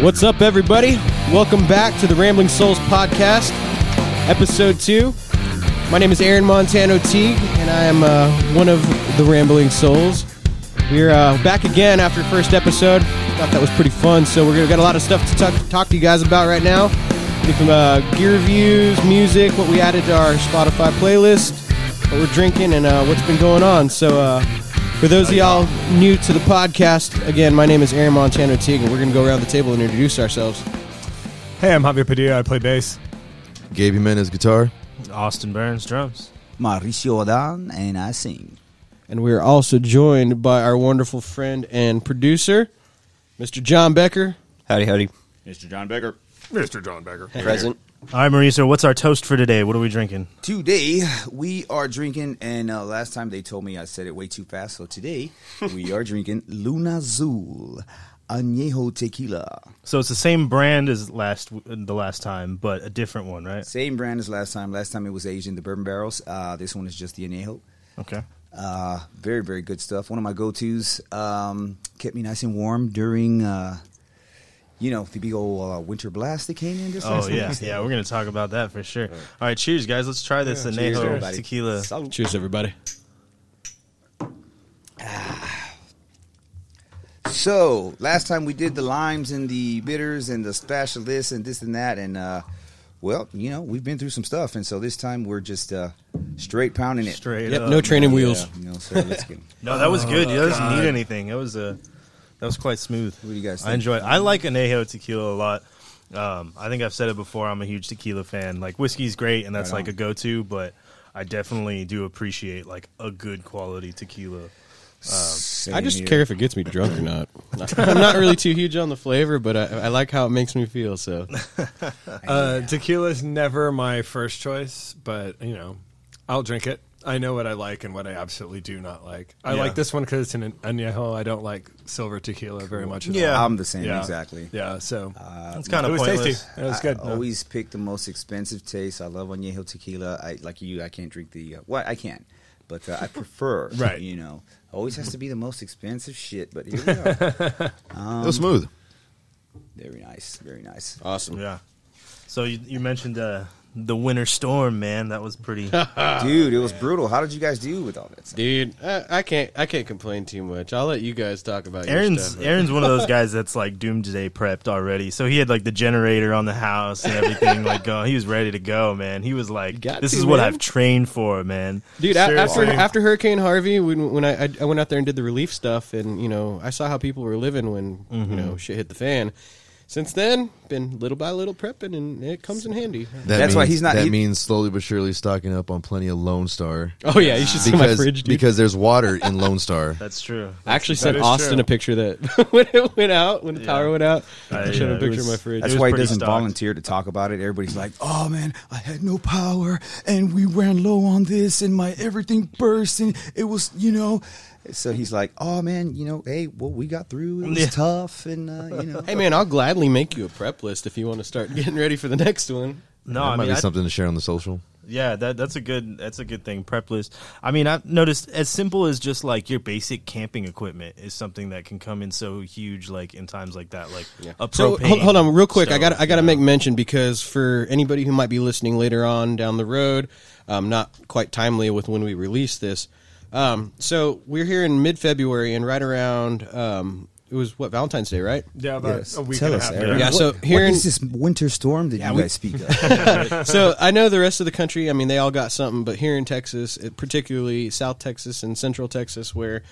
What's up, everybody? Welcome back to the Rambling Souls Podcast, Episode 2. My name is Aaron Montano Teague, and I am uh, one of the Rambling Souls. We're uh, back again after first episode. Thought that was pretty fun, so we're gonna got a lot of stuff to talk, talk to you guys about right now. From uh, gear reviews, music, what we added to our Spotify playlist, what we're drinking, and uh, what's been going on. So, uh, for those of y'all new to the podcast, again, my name is Aaron Montano Teague, and we're gonna go around the table and introduce ourselves. Hey, I'm Javier Padilla. I play bass. Gabe Jimenez guitar. Austin Burns drums. Mauricio Adan, and I sing. And we are also joined by our wonderful friend and producer, Mr. John Becker. Howdy, howdy. Mr. John Becker, Mr. John Becker. Present. All right, Mauricio, what's our toast for today? What are we drinking? Today we are drinking, and uh, last time they told me I said it way too fast. So today we are drinking Luna Azul Añejo Tequila. So it's the same brand as last the last time, but a different one, right? Same brand as last time. Last time it was aged in the bourbon barrels. Uh, this one is just the Añejo. Okay. Uh, very very good stuff. One of my go tos. Um, kept me nice and warm during. Uh, you know the big old uh, winter blast that came in this Oh last yeah, Wednesday. yeah. We're gonna talk about that for sure. All right, cheers, guys. Let's try this Cheers, Anejo everybody. tequila. Salud. Cheers, everybody. So last time we did the limes and the bitters and the splash of this and this and that and uh, well, you know we've been through some stuff and so this time we're just uh, straight pounding it. Straight Yep, up. no training wheels. Yeah, you know, so let's get. No, that was good. That doesn't need anything. That was a that was quite smooth. Oh, What do you guys I think? enjoyed. I like Anejo tequila a lot. Um, I think I've said it before. I'm a huge tequila fan. Like whiskey's great, and that's Right like a go-to. But I definitely do appreciate like a good quality tequila. Same I just here. care if it gets me drunk or not. I'm not really too huge on the flavor, but I, I like how it makes me feel. So Uh, Tequila's never my first choice, but you know, I'll drink it. I know what I like and what I absolutely do not like. I Yeah. like this one because it's an añejo. I don't like silver tequila very much. at all. Yeah. I'm the same exactly. Uh, Yeah, so It's kind it of was pointless. tasty. It was I good. No. always pick the most expensive taste. I love añejo tequila. I like you. I can't drink the uh, well. I can, but uh, I prefer. Right. You know, always has to be the most expensive shit. But here we are. it was smooth. very nice. Very nice. awesome. Yeah. So you, you mentioned uh, the winter storm, man. That was pretty. Dude, it was brutal. How did you guys do with all that? Stuff? Dude, I, I can't. I can't complain too much. I'll let you guys talk about your Aaron's stuff. Aaron's one of those guys that's like doomsday prepped already. So he had like the generator on the house and everything. like going, he was ready to go, man. He was like, got "This to, is what man. I've trained for, man." Dude, a- after Seriously. after Hurricane Harvey, when when I, I I went out there and did the relief stuff, and you know I saw how people were living when you know shit hit the fan. Since then, been little by little prepping, and it comes in handy. That That's means, why he's not- That he- means slowly but surely stocking up on plenty of Lone Star Oh yeah, you should see my because fridge, dude. because there's water in Lone Star. That's true. I actually sent is Austin true. a picture that when it went out, when the power went out, I, Uh, showed him yeah, a it picture was- of my fridge. That's was why he pretty doesn't stocked. volunteer to talk about it. Everybody's like, "Oh man, I had no power, and we ran low on this, and my everything burst, and it was, you know." So he's like, "Oh man, you know, hey, well, we got through. It was Yeah. tough, and uh, you know." Hey man, I'll gladly make you a prep list if you want to start getting ready for the next one. No, that I might mean, be I- something to share on the social. yeah, that that's a good that's a good thing. Prep list. I mean, I've noticed as simple as just like your basic camping equipment is something that can come in so huge, like in times like that, like a propane. So hold, hold on, real quick. I stove, got I got to you know? make mention because for anybody who might be listening later on down the road, um, not quite timely with when we release this. Um, so we're here in mid February and right around um, it was what Valentine's Day, right? yeah, about Yes. a week Tell and us, a half. Aaron. Yeah, what- so what here in- is this winter storm that you we- guys speak of? so I know the rest of the country. I mean, they all got something, but here in Texas, it- particularly South Texas and Central Texas, where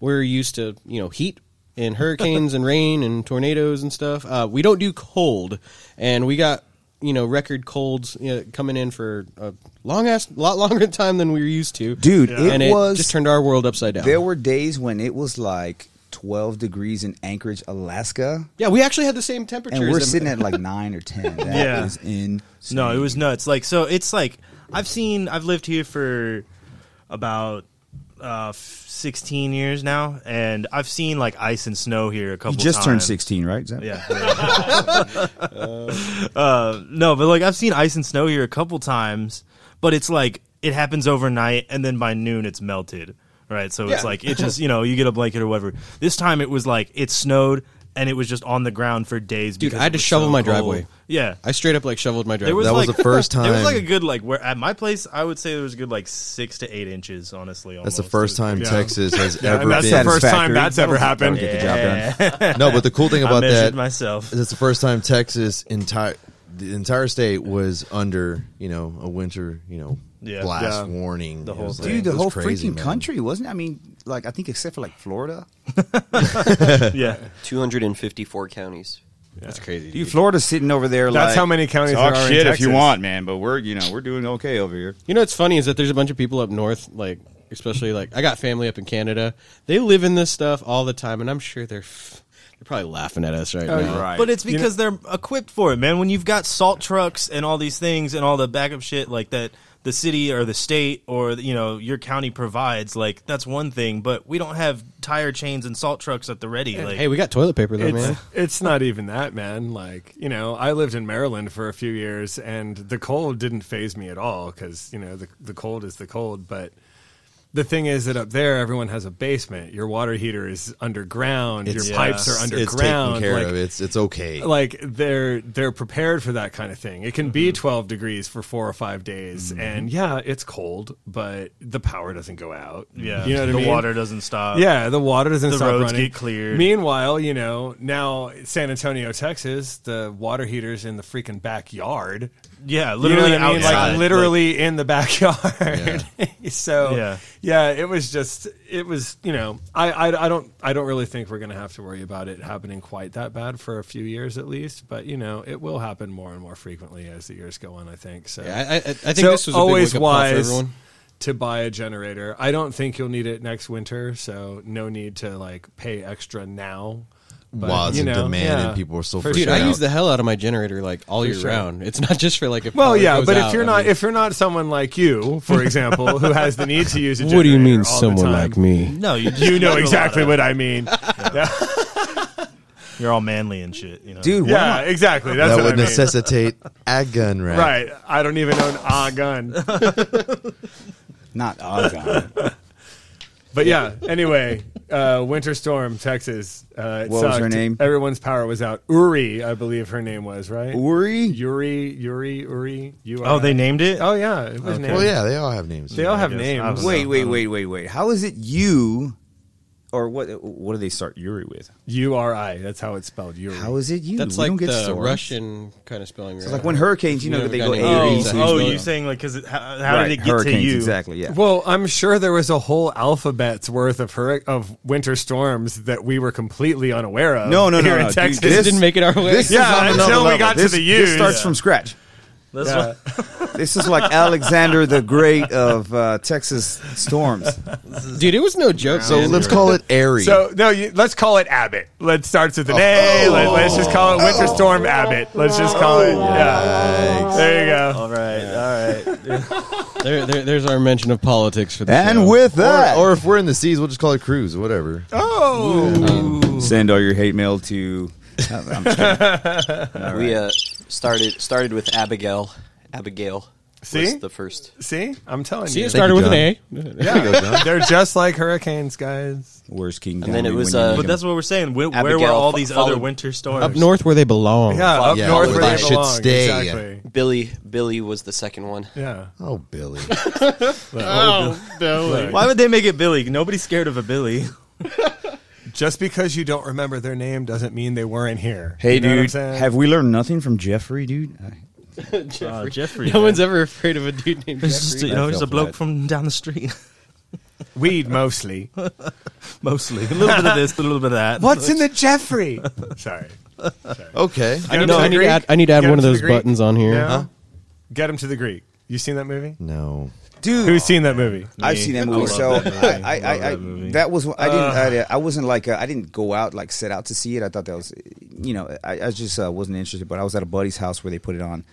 we're used to you know heat and hurricanes and rain and tornadoes and stuff. Uh, we don't do cold, and we got you know record colds you know, coming in for a long ass lot longer time than we were used to, Dude, it and it was- just turned our world upside down. there were days when it was like 12 degrees in Anchorage, Alaska, yeah, we actually had the same temperatures, and we're as- sitting at like nine or ten. That Yeah. is in. No, it was nuts. Like so, it's like I've seen. I've lived here for about uh, f- sixteen years now, and I've seen like ice and snow here a couple. You just turned times. sixteen, right? Is that- Yeah. uh, no, but like I've seen ice and snow here a couple times, but it's like it happens overnight, and then by noon it's melted. Right, so Yeah. it's like it just you know you get a blanket or whatever. This time it was like it snowed and it was just on the ground for days. Dude, because I had it to was shovel so my cold. driveway. Yeah, I straight up like shoveled my driveway. There was that was like- the first time. There was like a good like where at my place I would say there was a good like six to eight inches. Honestly, that's almost. the first time Yeah. Texas has Yeah, ever and that's been. the first Satisfactory. time that's ever That'll happened. get the job done. no, but the cool thing I about measured that myself. is it's the first time Texas entire the entire state was under you know a winter you know Yeah. blast Yeah. warning. The whole It was thing. like- Dude, the it was whole crazy, freaking man. country wasn't. it? I mean, like I think except for like Florida. yeah, 254 counties. That's crazy. Dude, Florida's sitting over there. That's like, how many counties Talk there are in shit if you Texas. want, man, but we're you know we're doing okay over here. You know what's funny is that there's a bunch of people up north, like especially like I got family up in Canada. They live in this stuff all the time, and I'm sure they're f- they're probably laughing at us right now. Oh, right. but it's You know- because they're equipped for it, man. When you've got salt trucks and all these things and all the backup shit like that, the city or the state or you know your county provides, like that's one thing. But we don't have tire chains and salt trucks at the ready. Like, Hey, we got toilet paper though, man. It's, it's not even that, man. Like, you know, I lived in Maryland for a few years and the cold didn't phase me at all because, you know, the, the cold is the cold. But the thing is that up there, everyone has a basement. Your water heater is underground, It's- your pipes are It's- underground. It's taken care like, of. It's it's okay. like they're they're prepared for that kind of thing. It can Mm-hmm. be 12 degrees for 4 or 5 days and yeah, it's cold, but the power doesn't go out. yeah, You know what the I mean? water doesn't stop. Yeah, the water doesn't The stop roads running. get cleared. Meanwhile, you know, now San Antonio, Texas, the water heater's in the freaking backyard. yeah, You know literally what I mean? outside, Like literally in the backyard. so Yeah. yeah. yeah, it was just it was you know I, I I don't I don't really think we're gonna have to worry about it happening quite that bad for a few years at least. But you know, it will happen more and more frequently as the years go on. I think so. Yeah, I, I, I think so this was a always big wake-up call for wise everyone. to buy a generator. I don't think you'll need it next winter, so no need to like pay extra now. But, While it's you in know, demand yeah. and people are still For freaking Dude, I out. use the hell out of my generator like all year sure. round. It's not just for like if Well, power yeah, goes but out, if you're I not mean- if you're not someone like you, for example, who has the need to use a generator, what do you mean all the someone time, like me? No, you just You know put a exactly lot what I mean. of- you're all manly and shit. You know, Dude, why yeah, not? exactly. That's that what I would mean. necessitate a gun rack. Right. I don't even own a gun. Not Argon. But yeah, anyway, uh, Winter Storm, Texas. Uh, What it was sucked. her name? Everyone's power was out. Uri, I believe her name was, right? Uri? Yuri, Yuri, Uri. You Oh, they named it. Oh yeah, it was named. Well, yeah, they all have names. They all have guess. I names. was- Wait, wait, wait, wait, wait. How is it you? Or what? What do they start Yuri with? U R I. That's how it's spelled. Yuri. How is it you? That's We like don't get the swords. Russian kind of spelling. It's like when hurricanes, you know, that they go. Oh, Aries. Exactly. oh, Yeah. you saying like because how, how Right, did it get to hurricanes, you? Exactly. Yeah. Well, I'm sure there was a whole alphabet's worth of hur- of winter storms that we were completely unaware of. No, no, no, here no, in dude, Texas. this- didn't make it our way. Yeah, is on until another we level. got to This- the This U's. starts Yeah. from scratch. That's Yeah. why- This is like Alexander the Great of uh, Texas storms. Dude, it was no joke. So man. let's call it Aerie. So no, you, let's call it Abbott. Let's start with an Oh, A. Let, us just call it Winter Storm Abbott. Let's just call it. Yeah. There you go. All right, all right. there, there, there's our mention of politics for the show. and with or, that, or if we're in the seas, we'll just call it cruise. Whatever. send all your hate mail to. I'm just kidding. We uh, started started with Abigail. Abigail See? was the first. See, I'm telling See, you, it started with an A. There you go, John. they're just like hurricanes, guys. Where's King? And then it Johnny was, when you uh, need But him? that's what we're saying. Where, where Abigail were all fo- these followed- other winter storms? Up north where they belong. Yeah, up Yeah, north where where they they should belong. stay. Exactly. Billy Billy was the second one. Yeah. Oh, Billy. Why would they make it Billy? Nobody's scared of a Billy. Just because you don't remember their name doesn't mean they weren't here. Hey, You know what I'm dude, saying? have we learned nothing from Jeffrey, dude? I- Uh, Jeffrey. No one's ever afraid of a dude named It's just, Jeffrey. you know, he's felt a bloke bad. from down the street, weed mostly. mostly. A little bit of this, a little bit of that. What's in the Jeffrey? Sorry. Okay. I need, Get him no, I need to the to Greek. add, I need to add Get one him of to the those Greek. buttons on here. Yeah. Get him to the Greek. You seen that movie? No. Dude, Who's seen that movie? I've seen that movie. love So that movie. I, I, Love I, I that movie. that was I didn't, I, I wasn't like uh, I didn't go out like set out to see it. I thought that was, you know, I, I just uh, wasn't interested. But I was at a buddy's house where they put it on,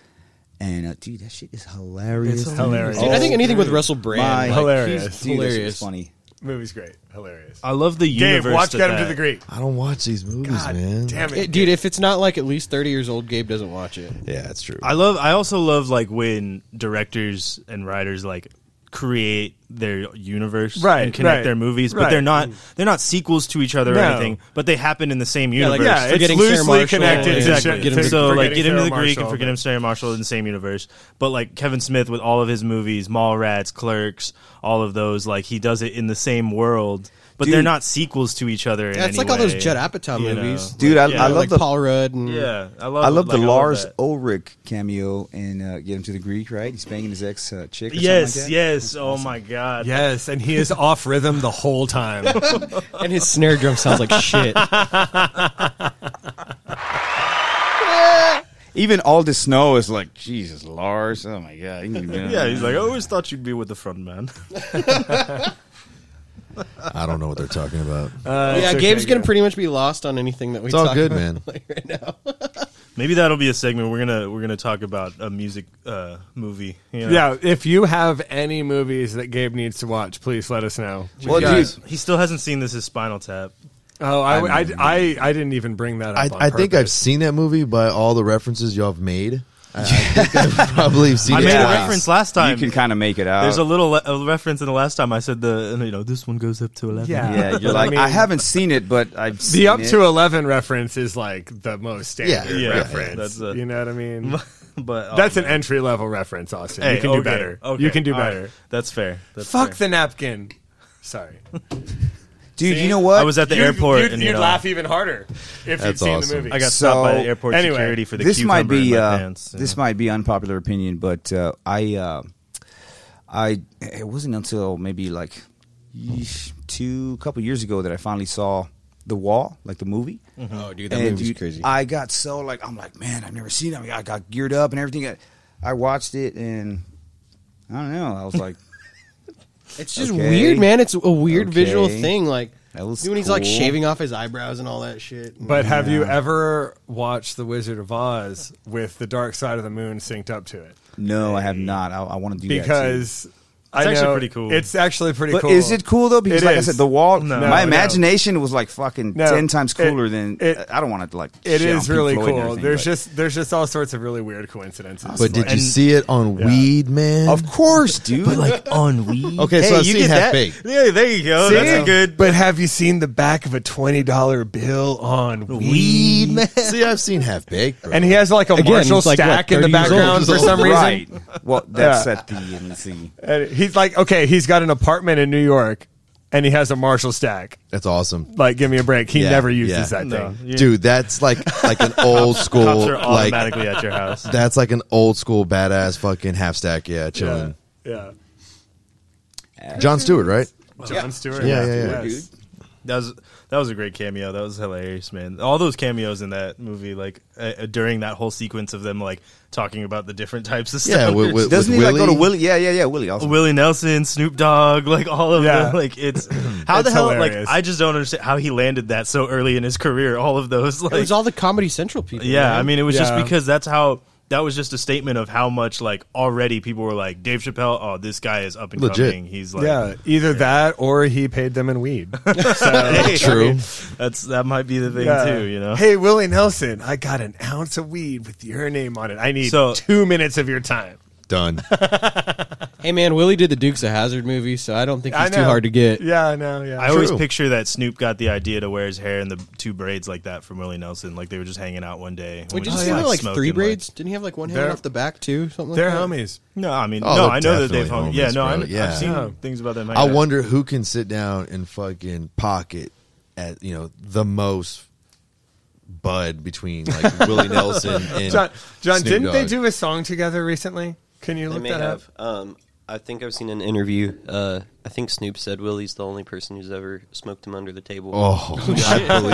and uh, dude, that shit is hilarious. It's hilarious. Dude, I think anything with Russell Brand. my- like, Hilarious. he's dude, hilarious. hilarious. funny. Movie's great. Hilarious. I love the Gabe, universe. watch that Get Him that- Uh, to the Greek. I don't watch these movies, God man. damn It- it. dude, if it's not like at least 30 years old, Gabe doesn't watch it. Yeah, it's true. I love. I also love like when directors and writers like create their universe Right, and connect right, their movies, but right. they're not they're not sequels to each other or No. anything, but they happen in the same universe. yeah, it's forgetting Sarah loosely Marshall connected and to Exactly. shit- Get him to to- so like forgetting get him to Sarah the Greek and Marshall, forget but- him Sarah Marshall in the same universe. But like Kevin Smith with all of his movies, Mallrats, Clerks, all of those, like he does it in the same world, but they're Dude. not sequels to each other. in Yeah, it's any like all those way, Judd Apatow you know. movies. Dude, I, Yeah, I love like the Paul Rudd. And Yeah, I love I love the like, Lars that. Ulrich cameo in uh, Get Him to the Greek, right? He's banging his ex uh, chick. Or Yes, something like that. yes. Oh my god. Yes, and he is off rhythm the whole time. and his snare drum sounds like shit. Uh, Even Aldous Snow is like, Jesus, Lars. Oh my God. yeah, Yeah, he's like, I always thought you'd be with the front man. I don't know what they're talking about. Uh, yeah, Gabe's gonna pretty much be lost on anything that we it's all talk good, about. man. Maybe that'll be a segment we're gonna we're gonna talk about a music uh, movie. you know? yeah, if you have any movies that Gabe needs to watch, please let us know. well, dude, Guys, he still hasn't seen this. Is Spinal Tap? Oh, I, I, I, I didn't even bring that I, up. on I think I've purpose. seen that movie by all the references y'all have made. I, I think I've probably seen I it made a twice. reference last you time. can kind of make it out. There's Uh, a little le- a reference in the last time I said the you know this one goes up to eleven. Yeah. yeah, you're But I like, I, mean- haven't seen it, but I've seen the up it. to eleven reference is like the most standard Yeah, yeah, reference. yeah, that's a- you know what I mean? but oh, that's an man. entry level reference, Austin. Hey, you can okay, do better. okay, You can do all right. better. That's fair. That's Fuck fair. the napkin. Sorry. Dude, you know what? I was at the You'd- airport You'd, and you'd you know, laugh even harder if you'd That's seen awesome. the movie. I got So, stopped by the airport anyway, security for the this might cucumber in be my uh, pants, you this know. might be unpopular opinion, but uh, I uh, I it wasn't until maybe like yeesh, two couple years ago that I finally saw The Wall, like the movie. Mm-hmm. Oh, dude, And, dude, I got so like I'm like man, I've never seen it. I, mean, I got geared up and everything. I, I watched it and I don't know. I was like, it's just Okay. weird, man. It's a weird visual Okay. thing. Like, That was dude, when he's like cool. shaving off his eyebrows and all that shit. But have you ever watched The Wizard of Oz with the dark side of the moon synced up to it? no, I have not. I, I want to do that, too. Because I It's actually know- pretty cool. It's actually pretty But cool. is it cool though? Because It like is. I said, the wall. No, my no. imagination was like fucking No, ten times it- cooler than. it- I don't want to like. It shit on is Pink really Floyd and cool. everything, There's but- just there's just all sorts of really weird coincidences. But did you And- see it on Weed, man? Of course, dude. like on weed. Okay, so Hey, I've you seen get Half that? Baked. Yeah, there you go. See? Oh, That's a good But have you seen the back of a twenty dollar bill on weed. Man. See, I've seen Half Baked, bro. And he has like a Again, Marshall he's like, what, stack in the 30 years background old? for some reason. right. Well, that's Yeah. at the. Let me see. And he's like, okay, he's got an apartment in New York, and he has a Marshall stack. That's awesome, Like, give me a break. He Yeah, never uses yeah. that No, thing. you- dude. That's like like an old school cops are like automatically at your house. that's like an old school badass fucking half stack. Yeah, chilling. Yeah, John Stewart, right? John Stewart. Yeah, yeah, yeah. Yes. That was that was a great cameo. That was hilarious, man. All those cameos in that movie, like uh, uh, during that whole sequence of them, like talking about the different types of stuff. Yeah, with, with, Doesn't with he Willie. like go to Willie? Yeah, yeah, yeah. Willie. Also. Willie Nelson, Snoop Dogg, like all of Yeah. them. Like it's how the It's hell? hilarious. Like I just don't understand how he landed that so early in his career. All of those, like It was all the Comedy Central people. yeah. man. I mean, it was just Yeah. because that's how. That was just a statement of how much like already people were like Dave Chappelle. Oh, this guy is up and Legit. coming. He's like Yeah, either that or he paid them in weed. Hey, True. That's that might be the thing Yeah. too. You know. Hey, Willie Nelson, I got an ounce of weed with your name on it. I need So- two minutes of your time. Done. hey, man, Willie did the Dukes of Hazard movie, so I don't think I he's too know. hard to get. Yeah, I know. Yeah, I always True. picture that Snoop got the idea to wear his hair in the two braids like that from Willie Nelson. Like they were just hanging out one day. and Wait, we didn't just he have left like smoking, three like- braids? Didn't he have like one hanging They're- off the back too? Something they're like that? homies. no, I mean, Oh, no, they're I know that they've definitely hung. homies, Yeah, no, I, bro. Yeah. I've seen Yeah. things about them. I hanging out. wonder who can sit down and fucking pocket at you know the most bud between like Willie Nelson and John, John Snoop didn't they Dogg. do a song together recently? Can you They look may that have. up? Um, I think I've seen an interview. Uh, I think Snoop said Willie's the only person who's ever smoked him under the table. Oh, I believe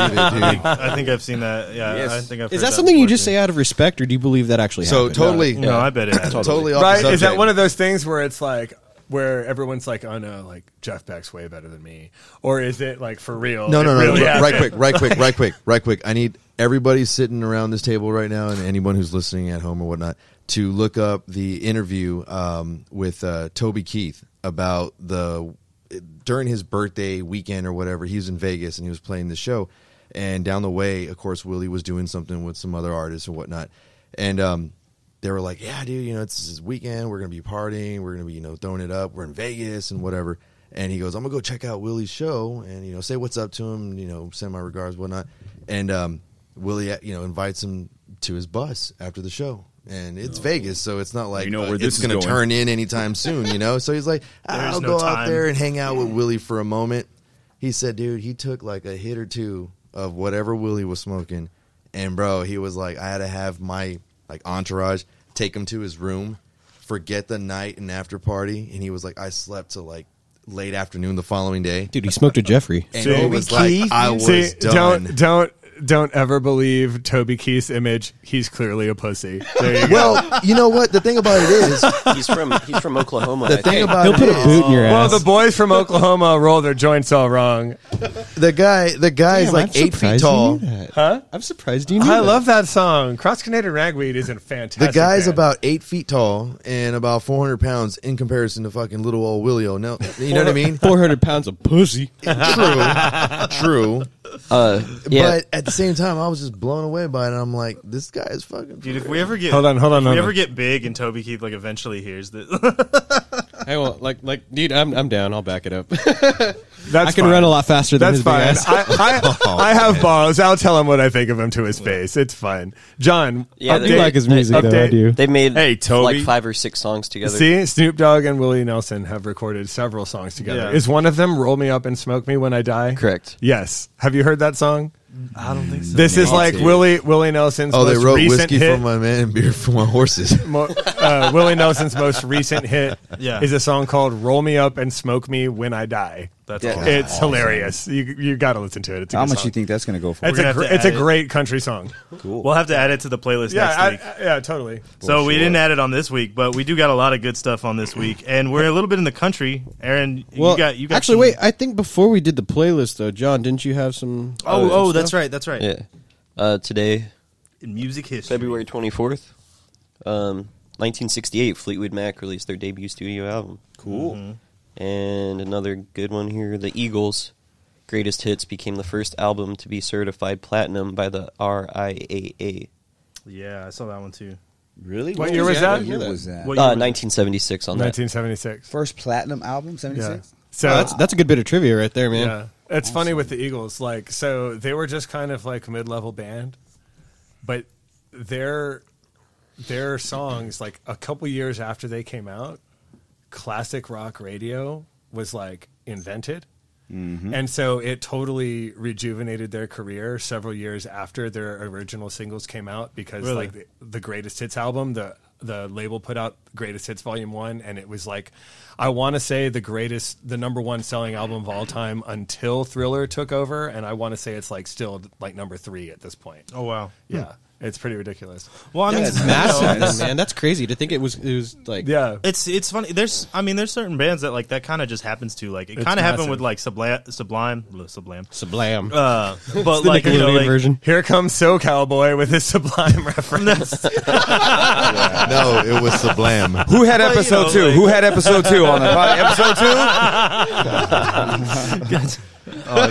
it, dude. I think I've seen that. Yeah, I think I've. Is heard that something you before, just too. say out of respect, or do you believe that actually So happened? totally, No, I bet it. happened. totally off Right? The Is that one subject. of those things where it's like where everyone's like, "Oh no, like Jeff Beck's way better than me," or is it like for real? No, It no, no, really no. happened? Right quick, right quick, right quick, right quick. I need everybody sitting around this table right now and anyone who's listening at home or whatnot to look up the interview um, with uh, Toby Keith about the during his birthday weekend or whatever. He was in Vegas and he was playing the show. And down the way, of course, Willie was doing something with some other artists or whatnot. And um, they were like, "Yeah, dude, you know, it's this weekend. We're gonna be partying. We're gonna be, you know, throwing it up. We're in Vegas and whatever." And he goes, "I'm gonna go check out Willie's show and you know, say what's up to him. You know, send my regards, whatnot." And um, Willie, you know, invites him to his bus after the show. And it's Vegas, so it's not like You know uh, where it's this is gonna going. turn in anytime soon, you know. So he's like, "Ah, There's "I'll no go out time. there and hang out with Willie for a moment." He said, "Dude, he took like a hit or two of whatever Willie was smoking, and bro, he was like, I had to have my like entourage take him to his room, forget the night and after party, and he was like, I slept till like late afternoon the following day, Dude, he smoked a Jeffrey. and See, it was like I was See, done. don't don't don't ever believe Toby Keith's image. He's clearly a pussy. There you go. well, you know what? The thing about it is, Oh. He's from he's from Oklahoma. the I thing think. about He'll it put a is- boot in your Well, ass. the boys from Oklahoma roll their joints all wrong. the guy, the guy is Damn, like I'm eight feet surprised you tall. knew that. Huh? I'm surprised you knew I that. love that song. Cross Connected Ragweed is a fantastic. The guy's band. about eight feet tall and about four hundred pounds in comparison to fucking little old Willie O'Neill. You know what I mean? 400 pounds of pussy. True, true. uh, yeah, But at the same time, I was just blown away by it. I'm like, this guy is fucking. Dude, if we ever get Hold on, hold on, if hold we on. ever get big and Toby Keith like eventually hears this, Hey, well, like, like, dude, I'm, I'm down. I'll back it up. That's I can fine. run a lot faster than That's his big fine. ass. I, I, Oh, I have balls. I'll tell him what I think of him to his face. It's fine. John, Yeah, I do like his music, though. I update. do. they've made Hey, Toby. like five or six songs together. See, Snoop Dogg and Willie Nelson have recorded several songs together. Yeah. Is one of them "Roll Me Up and Smoke Me When I Die"? Correct. Yes. Have you heard that song? Mm, I don't think so. This is like dude. Willie Willie Nelson's. Oh, they most wrote recent whiskey hit. for my man and beer for my horses. Mo- uh, Willie Nelson's most recent hit Yeah. is a song called "Roll Me Up and Smoke Me When I Die." That's Yeah. awesome. it's hilarious. You you got to listen to it. It's a How good much song. you think that's going to go for? It's We're gonna a have gr- to it's a add it. great country song. cool. We'll have to add it to the playlist Yeah, next I, week. I- yeah, totally. so we didn't add it on this week, but we do got a lot of good stuff on this week, and we're a little bit in the country. Aaron, well, you got you got actually, some- wait. I think before we did the playlist, though, John, didn't you have some? Oh, some oh, stuff? that's right, that's right. Yeah. Uh, today, In music history, February twenty fourth, um, nineteen sixty eight, Fleetwood Mac released their debut studio album. Cool. And another good one here, the Eagles. Greatest Hits became the first album to be certified platinum by the RIAA. Yeah, I saw that one too. Really? What year was that? that? What year was that? What year was Uh, it? 1976 on that. 1976. First platinum album, Yeah. 76? So Oh, that's that's a good bit of trivia right there, man. yeah. It's funny with the Eagles. Like, so they were just kind of like a mid-level band, but their their songs, like a couple years after they came out, classic rock radio was like invented. Mm-hmm. And so it totally rejuvenated their career several years after their original singles came out because Really? like the, the greatest hits album, the the label put out greatest hits volume 1 and it was like I want to say the greatest the number 1 selling album of all time until Thriller took over and I want to say it's like still like number 3 at this point. Oh wow. Yeah. It's pretty ridiculous. Well, I mean, it's you know, Massive, man. That's crazy to think it was. It was like Yeah. It's it's funny. There's I mean there's certain bands that like that kind of just happens to like it It's kind of happened massive. with like Sublime Sublime blah, Sublime. sublime. Uh, but the like you know Nickelodeon like version. Here comes So Cowboy with his Sublime reference. no, it was Sublime. Who had Well, you episode know, two? like- Who had episode two on the pod? episode two? Oh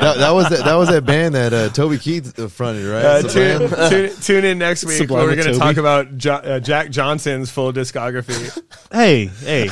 That, that was that, that was that band that uh, Toby Keith fronted, right? Uh, Sublime? tune, tune, tune in next week where we're Sublime going to Toby. talk about jo- uh, Jack Johnson's full discography. hey hey.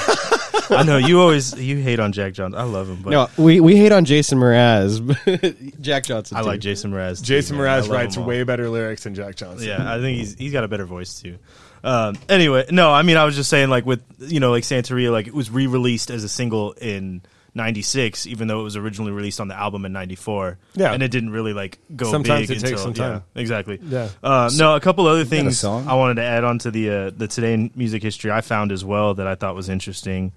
I know you always you hate on Jack Johnson. I love him, but no, we we hate on Jason Mraz, but Jack Johnson. I too. like Jason Mraz. too, Jason man. I Mraz love writes them all. way better lyrics than Jack Johnson. Yeah, I think he's he's got a better voice too. Um, anyway, no, I mean I was just saying like with you know like Santeria like it was re-released as a single in '96, even though it was originally released on the album in '94. Yeah. and it didn't really like go. Sometimes big it takes until- some time. yeah, exactly. Yeah. Uh, no, a couple other things song? I wanted to add on to the uh, the today in music history I found as well that I thought was interesting.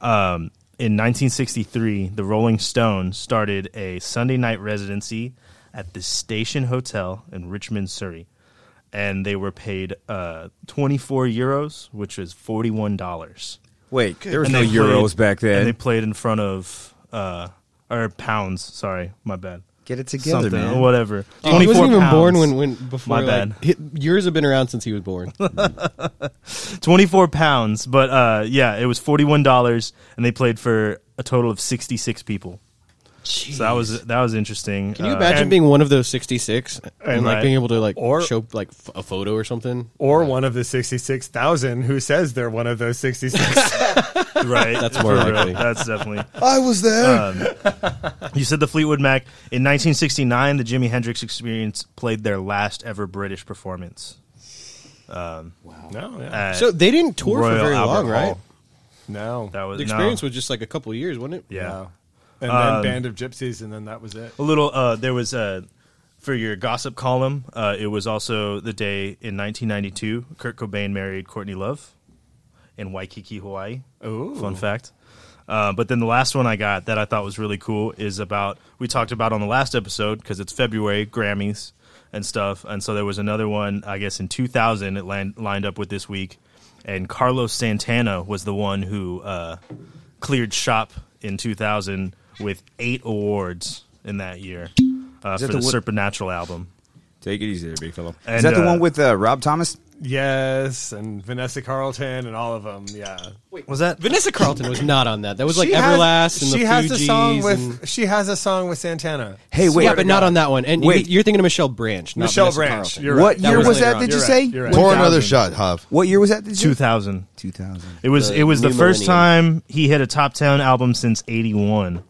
Um, in 1963, the Rolling Stones started a Sunday night residency at the Station Hotel in Richmond, Surrey, and they were paid uh, 24 euros, which is 41 dollars. Wait, there was And no they played- euros back And they then. played in front of uh, or pounds. Sorry, my bad. Get it together, Something, man. Whatever. Dude, he wasn't 24 even born pounds. when when before. My like, bad. hi- yours have been around since he was born. 24 pounds but uh yeah it was $41 and they played for a total of 66 people So that was that was interesting. Can you Uh, imagine and- being one of those 66 and, And like like- being able to like or- show like f- a photo or something? Or one of the 66,000 who says they're one of those 66. right? That's more For real. likely. That's definitely. I was there. You said the Fleetwood Mac in 1969. The Jimi Hendrix Experience played their last ever British performance. no, yeah. at So they didn't tour Royal for very Albert long, right? Hall. no. That was The no. experience was just like a couple of years, wasn't it? yeah. No. And then Band of Gypsies, and then that was it. a little uh there was a for your gossip column uh it was also the day in 1992 kurt cobain married courtney love in waikiki hawaii Ooh. fun fact uh, but then the last one I got that I thought was really cool is about we talked about on the last episode because it's February Grammys and stuff, and so there was another one I guess in 2000 it land, lined up with this week, and Carlos Santana was the one who uh, cleared shop in 2000 with eight awards in that year uh, for that the, the one- Supernatural album. Take it easy there, big fella. And, Is that the uh, one with uh, Rob Thomas? Yes, and Vanessa Carlton and all of them. Yeah, was that? Vanessa Carlton was not on that. That was like She has- Everlast and she the has Fugees. a song with. and- She has a song with Santana. Hey, wait. yeah, but not on that one. And Wait. you, are thinking of Michelle Branch, not Michelle Vanessa Branch. Carlton. You're What right. year was was later that? on. Did you You're say? right. You're right. Pour another shot, Hov. What year was that? Did you Two say? thousand. 2000. It was The it was the new first millennium. time he hit a top ten album since eighty one.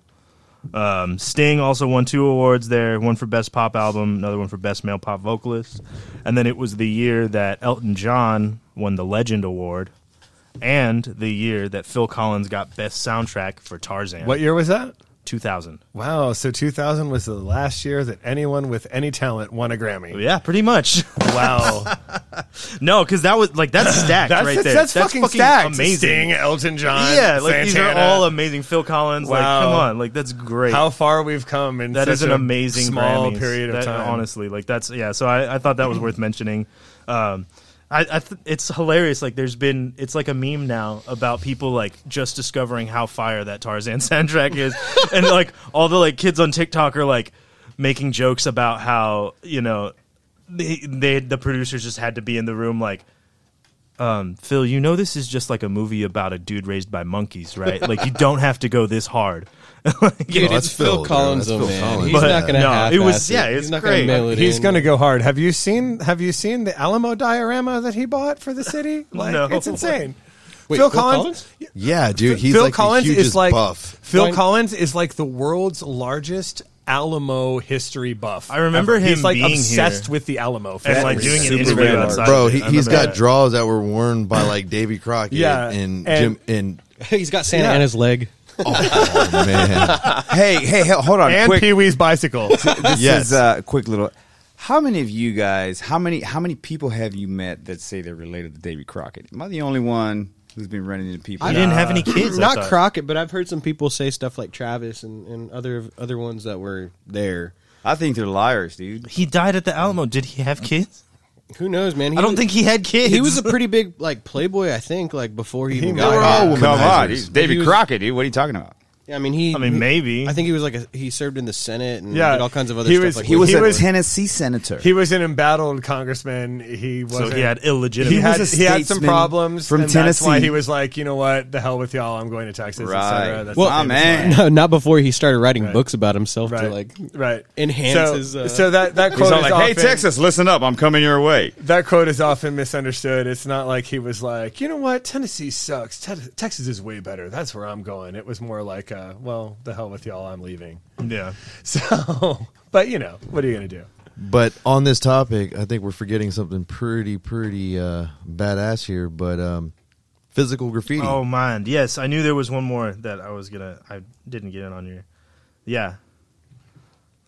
Um, Sting also won two awards there, one for best pop album, another one for best male pop vocalist, and then it was the year that Elton John won the Legend Award, and the year that Phil Collins got best soundtrack for Tarzan. What year was that? Two thousand. Wow, so 2000 was the last year that anyone with any talent won a Grammy. Yeah, pretty much. Wow, no, because that was like that's stacked that's, right that's, there. that's fucking, stacked. Amazing. Sting, Elton John. Yeah, like these are Santana. all amazing. Phil Collins, Wow. like come on, like that's great. How far we've come in That such is an a amazing small Grammys. period of That- time. Honestly, like that's yeah. So I, I thought that was worth mentioning. Um, I, I th- it's hilarious. Like there's been it's like a meme now about people like just discovering how fire that Tarzan soundtrack is, and like all the like kids on TikTok are like making jokes about how you know they, they the producers just had to be in the room like um, Phil, you know this is just like a movie about a dude raised by monkeys, right? like you don't have have to go this hard. Like, Dude, Dude, Oh, it's that's Phil, Phil, dude. Collins, That's though, Phil man. Collins. He's But, not going to no, half it was- yeah, it's He's not going great. to mail it He's in. going to go hard. Have you seen Have you seen the Alamo diorama that he bought for the city? Like No. it's insane. Wait, Phil Phil Collins. Collins? Yeah, dude, he's Phil like Collins the hugest is like buff. Phil Why- Collins is like the world's largest Alamo history buff. I remember ever. him He's like being obsessed here. with the Alamo and like family. doing an Super interview rare. outside. Bro, of it. he, I he's remember got that. draws that were worn by like Davy Crockett Yeah, and, and- Jim and He's got Santa on his leg. oh man, hey, hey, hey, hold on. and quick. Pee Wee's bicycle. this Yes. is uh, a quick little. How many of you guys? How many? How many people have you met that say they're related to Davy Crockett? Am I the only one who's been running into people? He didn't have any kids. I not thought. Crockett, but I've heard some people say stuff like Travis and, and other other ones that were there. I think they're liars, dude. He died at the Alamo. Did he have kids? Who knows, man? He I don't was- think he had kids. he was a pretty big like playboy. I think like before he, even They were got all here. women. Come on, Womanizers. he's Davy He was- Crockett, dude. What are you talking about? I mean, he. I mean, maybe. I think he was like a, he served in the Senate and Yeah, did all kinds of other he stuff. was- like he was that. a was- Tennessee senator. he was an embattled congressman. He so was he had illegitimate. he He had, was a he had some statesman problems from and That's why Tennessee. he was like, you know what, the hell with y'all. I'm going to Texas, right? etc. Well, not my man. no, not before he started writing books about himself to like right enhance so, his, uh, so that that He's quote all is like, often, "Hey, Texas, listen up! I'm coming your way." That quote is often misunderstood. It's not like he was like, you know what, Tennessee sucks. Te- Texas is way better. That's where I'm going. It was more like, uh, well, the hell with y'all. I'm leaving. yeah. So, but you know, what are you gonna do? But on this topic, I think we're forgetting something pretty, pretty uh, badass here. But um, physical graffiti. Oh man. Yes, I knew there was one more that I was gonna. I didn't get in on your. Yeah.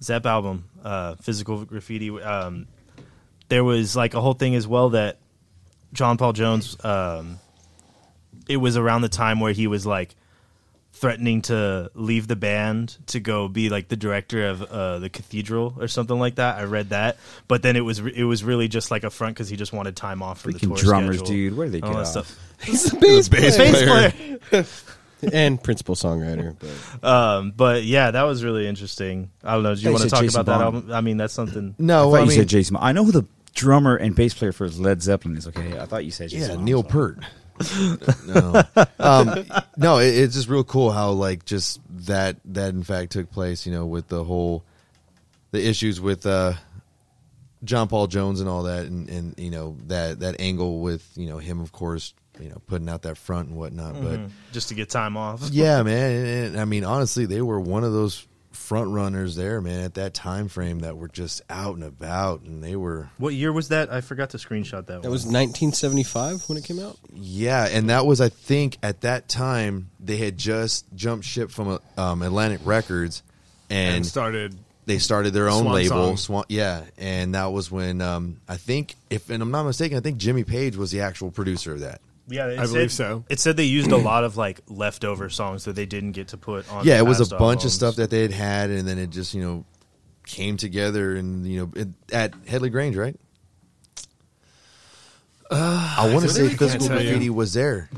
Zep album, uh, physical graffiti. Um, there was like a whole thing as well that John Paul Jones. Um, it was around the time where he was like threatening to leave the band to go be like the director of uh, the cathedral or something like that. I read that, but then it was re- it was really just like a front because he just wanted time off from the tour Freaking drummers, schedule dude. Where do they and all get that off? stuff. he's a bass, bass player. Bass player. and principal songwriter. But Um, but yeah, that was really interesting. I don't know. Do you They want to said talk Jason about that Bond. album? I mean, that's something. I no, thought Oh, I, you mean, said Jason. Mo- I know who the drummer and bass player for Led Zeppelin is. Okay, I thought you said Jason. yeah, Mo, Neil so- Peart. no, um, no, it, it's just real cool how like just that that in fact took place. You know, with the whole the issues with uh, John Paul Jones and all that, and, and you know that that angle with you know him, of course, you know putting out that front and whatnot. Mm-hmm. But just to get time off. yeah, man, and, and, I mean, honestly, they were one of those front runners there, man, at that time frame that were just out and about, and they were What year was that? I forgot to screenshot that. That one. was 1975 when it came out. Yeah, and that was I think at that time they had just jumped ship from um, Atlantic Records, and, and started they started their own Swan label. Song. Swan, yeah, and that was when um, I think if and I'm not mistaken, I think Jimmy Page was the actual producer of that. Yeah, it I said- believe so. It said they used a lot of like leftover songs that they didn't get to put on. yeah, the it was a past bunch of albums. stuff that they had had, and then it just you know came together, and you know it, at Headley Grange, right? I want to say really can't physical tell you. graffiti was there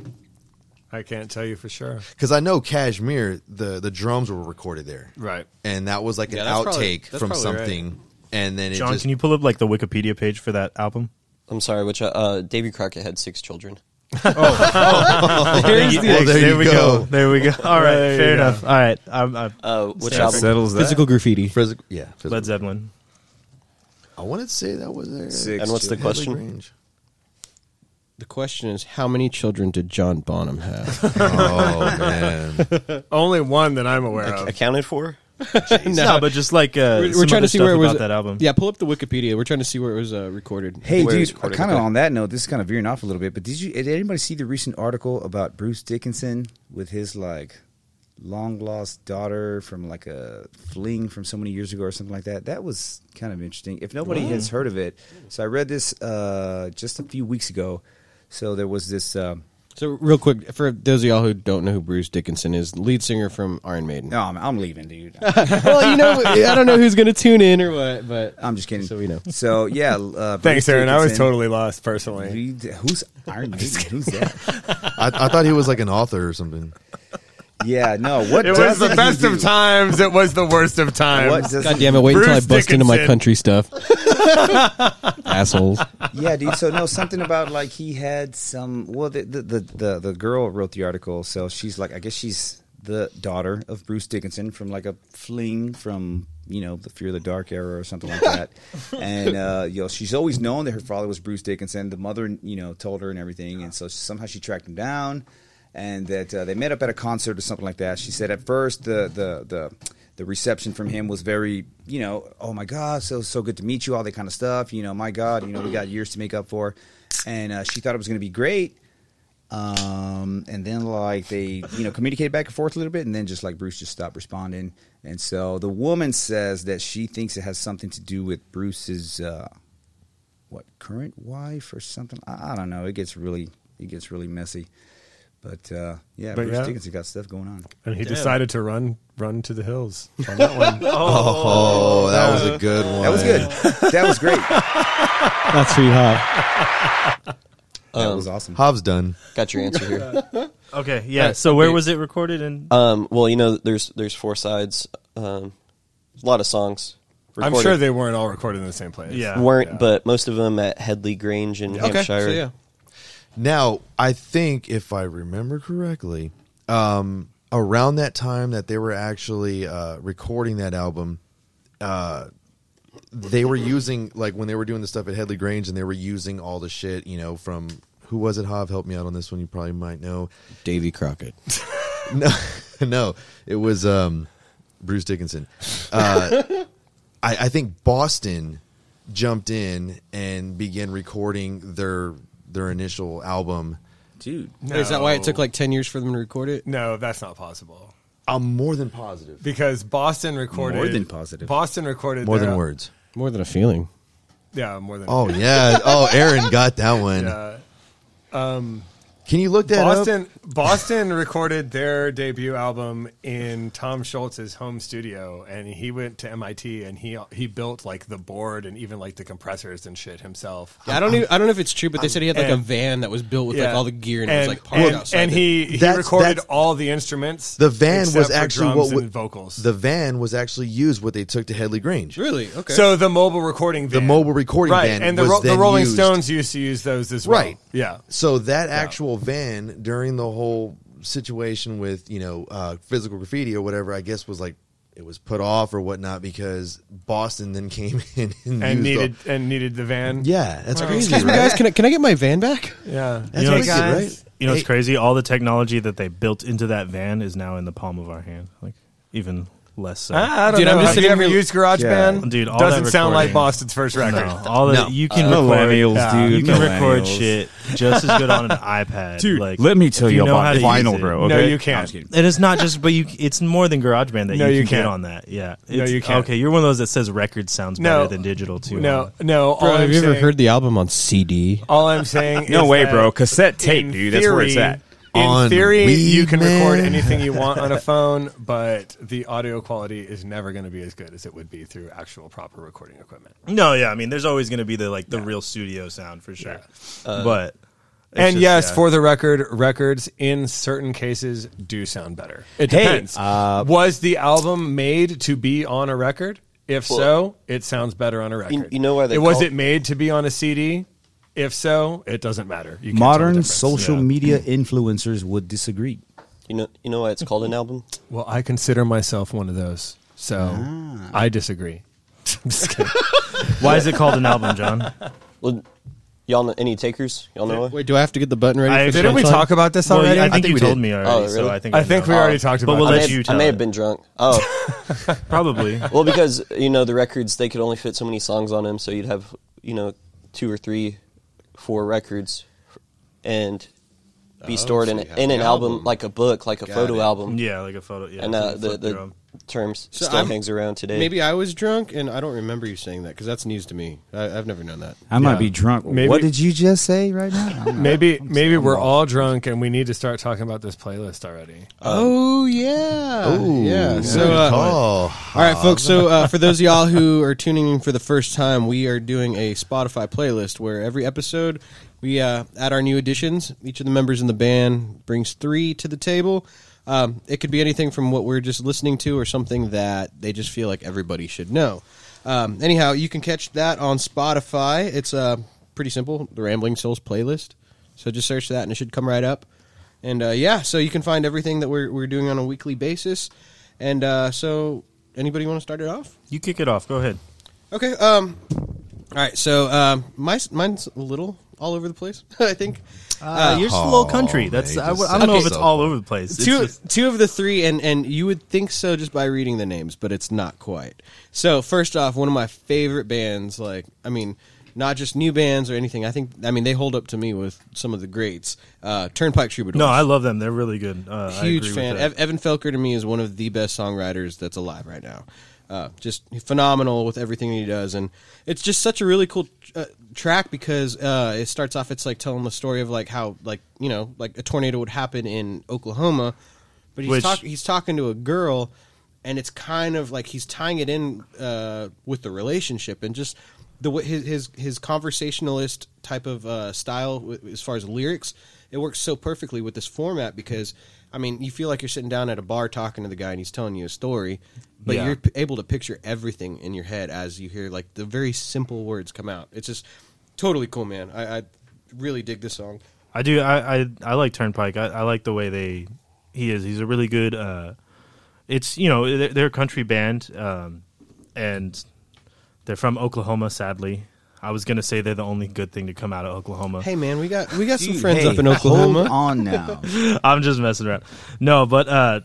I can't tell you for sure. because I know Kashmir the the drums were recorded there. Right. and that was like an Yeah, that's probably- outtake that's from probably right. something. And then it John, just, can you pull up like the Wikipedia page for that album? I'm sorry, which uh, uh, Davy Crockett had six children. Here's the- Well, there you we go. go. There we go. All right, There you fair go. enough. All right, I'm, I'm Uh, which That album? settles that. Physical graffiti. physical, yeah. Physical. Led Zeppelin. I wanted to say that was there. Six And what's the Headley question? Grange. The question is, how many children did John Bonham have? Oh man, Only one that I'm aware of. Accounted for? No, but just like uh, we're, some we're trying other to see stuff where it was. about that album. Yeah, pull up the Wikipedia. We're trying to see where it was uh, recorded. Hey, Where it's dude. recorded. Kind of on that note, this is kind of veering off a little bit, but did you? Did anybody see the recent article about Bruce Dickinson with his like long lost daughter from like a fling from so many years ago or something like that? That was kind of interesting. If nobody has heard of it, so I read this uh, just a few weeks ago. So there was this. Um, So, real quick, for those of y'all who don't know who Bruce Dickinson is, lead singer from Iron Maiden. no, oh, I'm, I'm leaving, dude. well, you know, I don't know who's going to tune in or what, but I'm just kidding. So we know. So yeah. Uh, Bruce Thanks, Aaron. I was Dickinson- totally lost personally. Read- Who's Iron Maiden? Who's that? I, I thought he was like an author or something. Yeah, no. What It was doesn't the he best do? of times. It was the worst of times. What does God damn it, wait until I Bruce bust into my Dickinson. country stuff. Assholes. yeah, dude. So no, something about like he had some. Well, the the the the, the girl wrote the article, so she's like, I guess she's the daughter of Bruce Dickinson from like a fling from you know the Fear of the Dark era or something like that. and uh, you know, she's always known that her father was Bruce Dickinson. The mother, you know, told her and everything, and so somehow she tracked him down, and that uh, they met up at a concert or something like that. She said at first the the the the reception from him was very, you know, oh my God, so so good to meet you, all that kind of stuff. You know, my God, you know, we got years to make up for, and uh, she thought it was going to be great. Um, and then like they, you know, communicated back and forth a little bit, and then just like Bruce just stopped responding, and so the woman says that she thinks it has something to do with Bruce's uh, what current wife or something. I, I don't know. It gets really it gets really messy, but uh, yeah, But Bruce yeah. Dickinson got stuff going on. And he decided to run, run to the hills on that one. Oh, that was a good one. That was good. that was great. That's pretty hot. Um, That was awesome. Hobbs done. Got your answer here. Okay, yeah. So where was it recorded? And Um, well, you know, there's there's four sides. Um, a lot of songs. I'm Recorded. sure they weren't all recorded in the same place. Yeah. weren't, Yeah. but most of them at Headley Grange in Okay, Hampshire. so yeah. Now, I think if I remember correctly, um, around that time that they were actually uh, recording that album, uh, they were using like when they were doing the stuff at Headley Grange, and they were using all the shit you know from who was it? Hov, help me out on this one. You probably might know. Davy Crockett. No, no, it was um, Bruce Dickinson. Uh, I, I think Boston jumped in and began recording their their initial album. dude. Is that why it took like 10 years for them to record it? No, that's not possible. I'm more than positive. Because Boston recorded More than positive. Boston recorded More their- than words. More than a feeling. Yeah, more than Oh yeah. Oh, Aaron got that one. Yeah. Um, Can you look that up? Boston Boston recorded their debut album in Tom Schultz's home studio, and he went to MIT and he he built like the board and even like the compressors and shit himself. I don't. Even, I don't know if it's true, but they said he had like a and- van that was built with like Yeah. all the gear and, it was like parked and, outside. and the- he, he That's- recorded that's- all the instruments. The van except was for actually drums what wa- and vocals. The van was actually used what they took to Headley Grange. really okay. so the mobile recording van. mobile recording right. van and the, was Ro- the then Rolling used. Stones used to use those as well. Right. Yeah. So that actual Van during the whole situation with you know uh, physical graffiti or whatever. I guess was like it was put off or whatnot because Boston then came in and, and used all- needed and needed the van. yeah, that's crazy, Excuse me, right? guys, can I, can I get my van back? yeah. That's You know, wicked, guys, right? You know, it's Hey, crazy. All the technology that they built into that van is now in the palm of our hand. Like even less. So. I, I don't Dude, know. I'm just Have you sitting ever here- used GarageBand? Dude, all that doesn't sound like recording. Boston's first record. No, all the, No. you can Uh, record, millennials, yeah, dude, You can record millennials. shit just as good on an iPad, Dude, Like, let me tell if you, know about how to use vinyl, it. bro. Okay? No, you No, I'm can't. just kidding. And it's not just, but you, it's more than GarageBand that No, you you can get can't. on that. Yeah, No, It's- you can't. Okay, you're one of those that says record sounds No. better than digital too. No, no. Bro, all have I'm you ever saying- heard the album on CD? All I'm saying No is way, that bro. Cassette in tape, dude. That's where it's theory- at. In On theory, you Weed can record Man. anything you want on a phone, but the audio quality is never going to be as good as it would be through actual proper recording equipment. no, yeah. I mean, there's always going to be the like the real studio sound for sure. but it's and just- yes, yeah. for the record, records in certain cases do sound better. It Hey, depends. Was the album made to be on a record? If so, it sounds better on a record. You- you know why they it was call- it made to be on a CD? If so, it doesn't matter. You can't tell the Modern difference. social Yeah. media influencers would disagree. You know, you know why it's called an album? Well, I consider myself one of those, so I disagree. I'm just kidding. why is it called an album, John? Well, y'all know any takers? Y'all know why? Wait, do I have to get the button ready? I- for the Didn't we punchline? talk about this Well, already? yeah, I, I think you we told did. me already. Oh, So really? I think I think know. we already talked But about. we'll that. let I may, you I tell may it. have been drunk. Oh, probably. well, because you know the records they could only fit so many songs on them, so you'd have you know two or three, four records, and be stored in so you have in an the album. album. like a book, like a photo it. album. Yeah, like a photo. Yeah, and so uh, you the flip the through 'em. terms So still I'm- hangs around today. Maybe I was drunk and I don't remember you saying that because that's news to me. I, I've never known that. I might be drunk. Maybe- What did you just say right now? I'm not- Maybe I'm- maybe I'm we're off. all drunk and we need to start talking about this playlist already. oh yeah, Ooh, yeah. So good uh, call. All right, folks. So uh, for those of y'all who are tuning in for the first time, we are doing a Spotify playlist where every episode we uh, add our new additions. Each of the members in the band brings three to the table. Um, it could be anything from what we're just listening to or something that they just feel like everybody should know. Um, anyhow, you can catch that on Spotify. It's uh, pretty simple, the Rambling Souls playlist. So just search that and it should come right up. And uh, yeah, so you can find everything that we're, we're doing on a weekly basis. And uh, so, anybody want to start it off? You kick it off. Go ahead. Okay. Um. All right. So, um, my mine's a little all over the place. I think Uh, you're just a little country. man, That's you I, just w- I don't suck know if it's yourself all over the place. It's two just- two of the three, and and you would think so just by reading the names, but it's not quite. So, first off, one of my favorite bands. Like, I mean. Not just new bands or anything. I think I mean they hold up to me with some of the greats. Uh, Turnpike Troubadours. no, I love them. They're really good. Uh, I huge agree with fan. that. Ev- Evan Felker to me is one of the best songwriters that's alive right now. Uh, just phenomenal with everything he does, and it's just such a really cool uh, track because uh, it starts off. It's like telling the story of like how like you know like a tornado would happen in Oklahoma, but he's Which- talk- he's talking to a girl, and it's kind of like he's tying it in uh, with the relationship and just the way his his, his conversationalist type of uh, style w- as far as lyrics. It works so perfectly with this format because I mean you feel like you're sitting down at a bar talking to the guy and he's telling you a story, but Yeah. you're p- able to picture everything in your head as you hear like the very simple words come out. It's just totally cool, man. I, I really dig this song. I do. I I, I like Turnpike. I, I like the way they he is. He's a really good. Uh, it's you know they're, they're a country band, um, and they're from Oklahoma. Sadly, I was gonna say they're the only good thing to come out of Oklahoma. Hey man, we got we got some Dude, friends hey, up in Oklahoma. Hold on now. I'm just messing around. No, but uh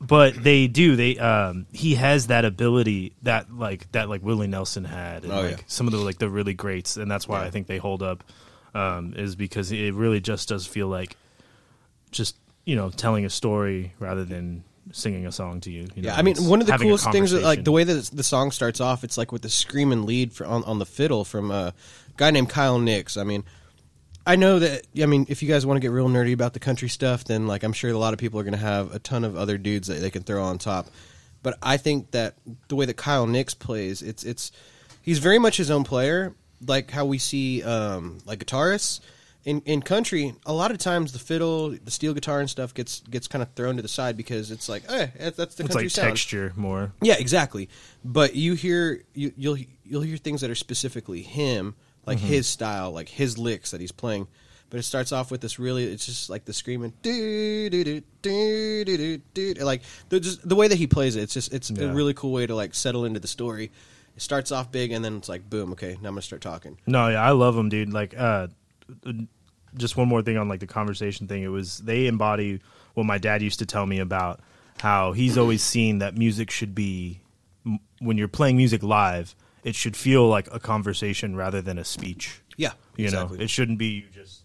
but they do. They um he has that ability that like that like Willie Nelson had and Oh, like yeah. some of the like the really greats and that's why I think they hold up um is because it really just does feel like just, you know, telling a story rather than singing a song to you. you know, Yeah, I mean, it's one of the having a coolest things, that, like the conversation. way that the song starts off, it's like with the screaming lead for, on, on the fiddle from a guy named Kyle Nix. I mean, I know that. I mean, if you guys want to get real nerdy about the country stuff, then like I'm sure a lot of people are going to have a ton of other dudes that they can throw on top. But I think that the way that Kyle Nix plays, it's it's he's very much his own player, like how we see um, like guitarists. In, in country, a lot of times the fiddle, the steel guitar, and stuff gets gets kind of thrown to the side because it's like, eh, that's that's the it's country like sound. texture more. Yeah, exactly. But you hear you, Mm-hmm. you'll you'll hear things that are specifically him, like his style, like his licks that he's playing. But it starts off with this really, it's just like the screaming, doo doo doo doo doo doo doo. And, Like the just the way that he plays it, it's just it's a Yeah. really cool way to like settle into the story. It starts off big and then it's like boom, okay, now I'm gonna start talking. No, yeah, I love them, dude. Like, uh, just one more thing on like the conversation thing. It was they embody what my dad used to tell me about how he's always seen that music should be m- when you're playing music live, it should feel like a conversation rather than a speech. Yeah, you know, it shouldn't be you just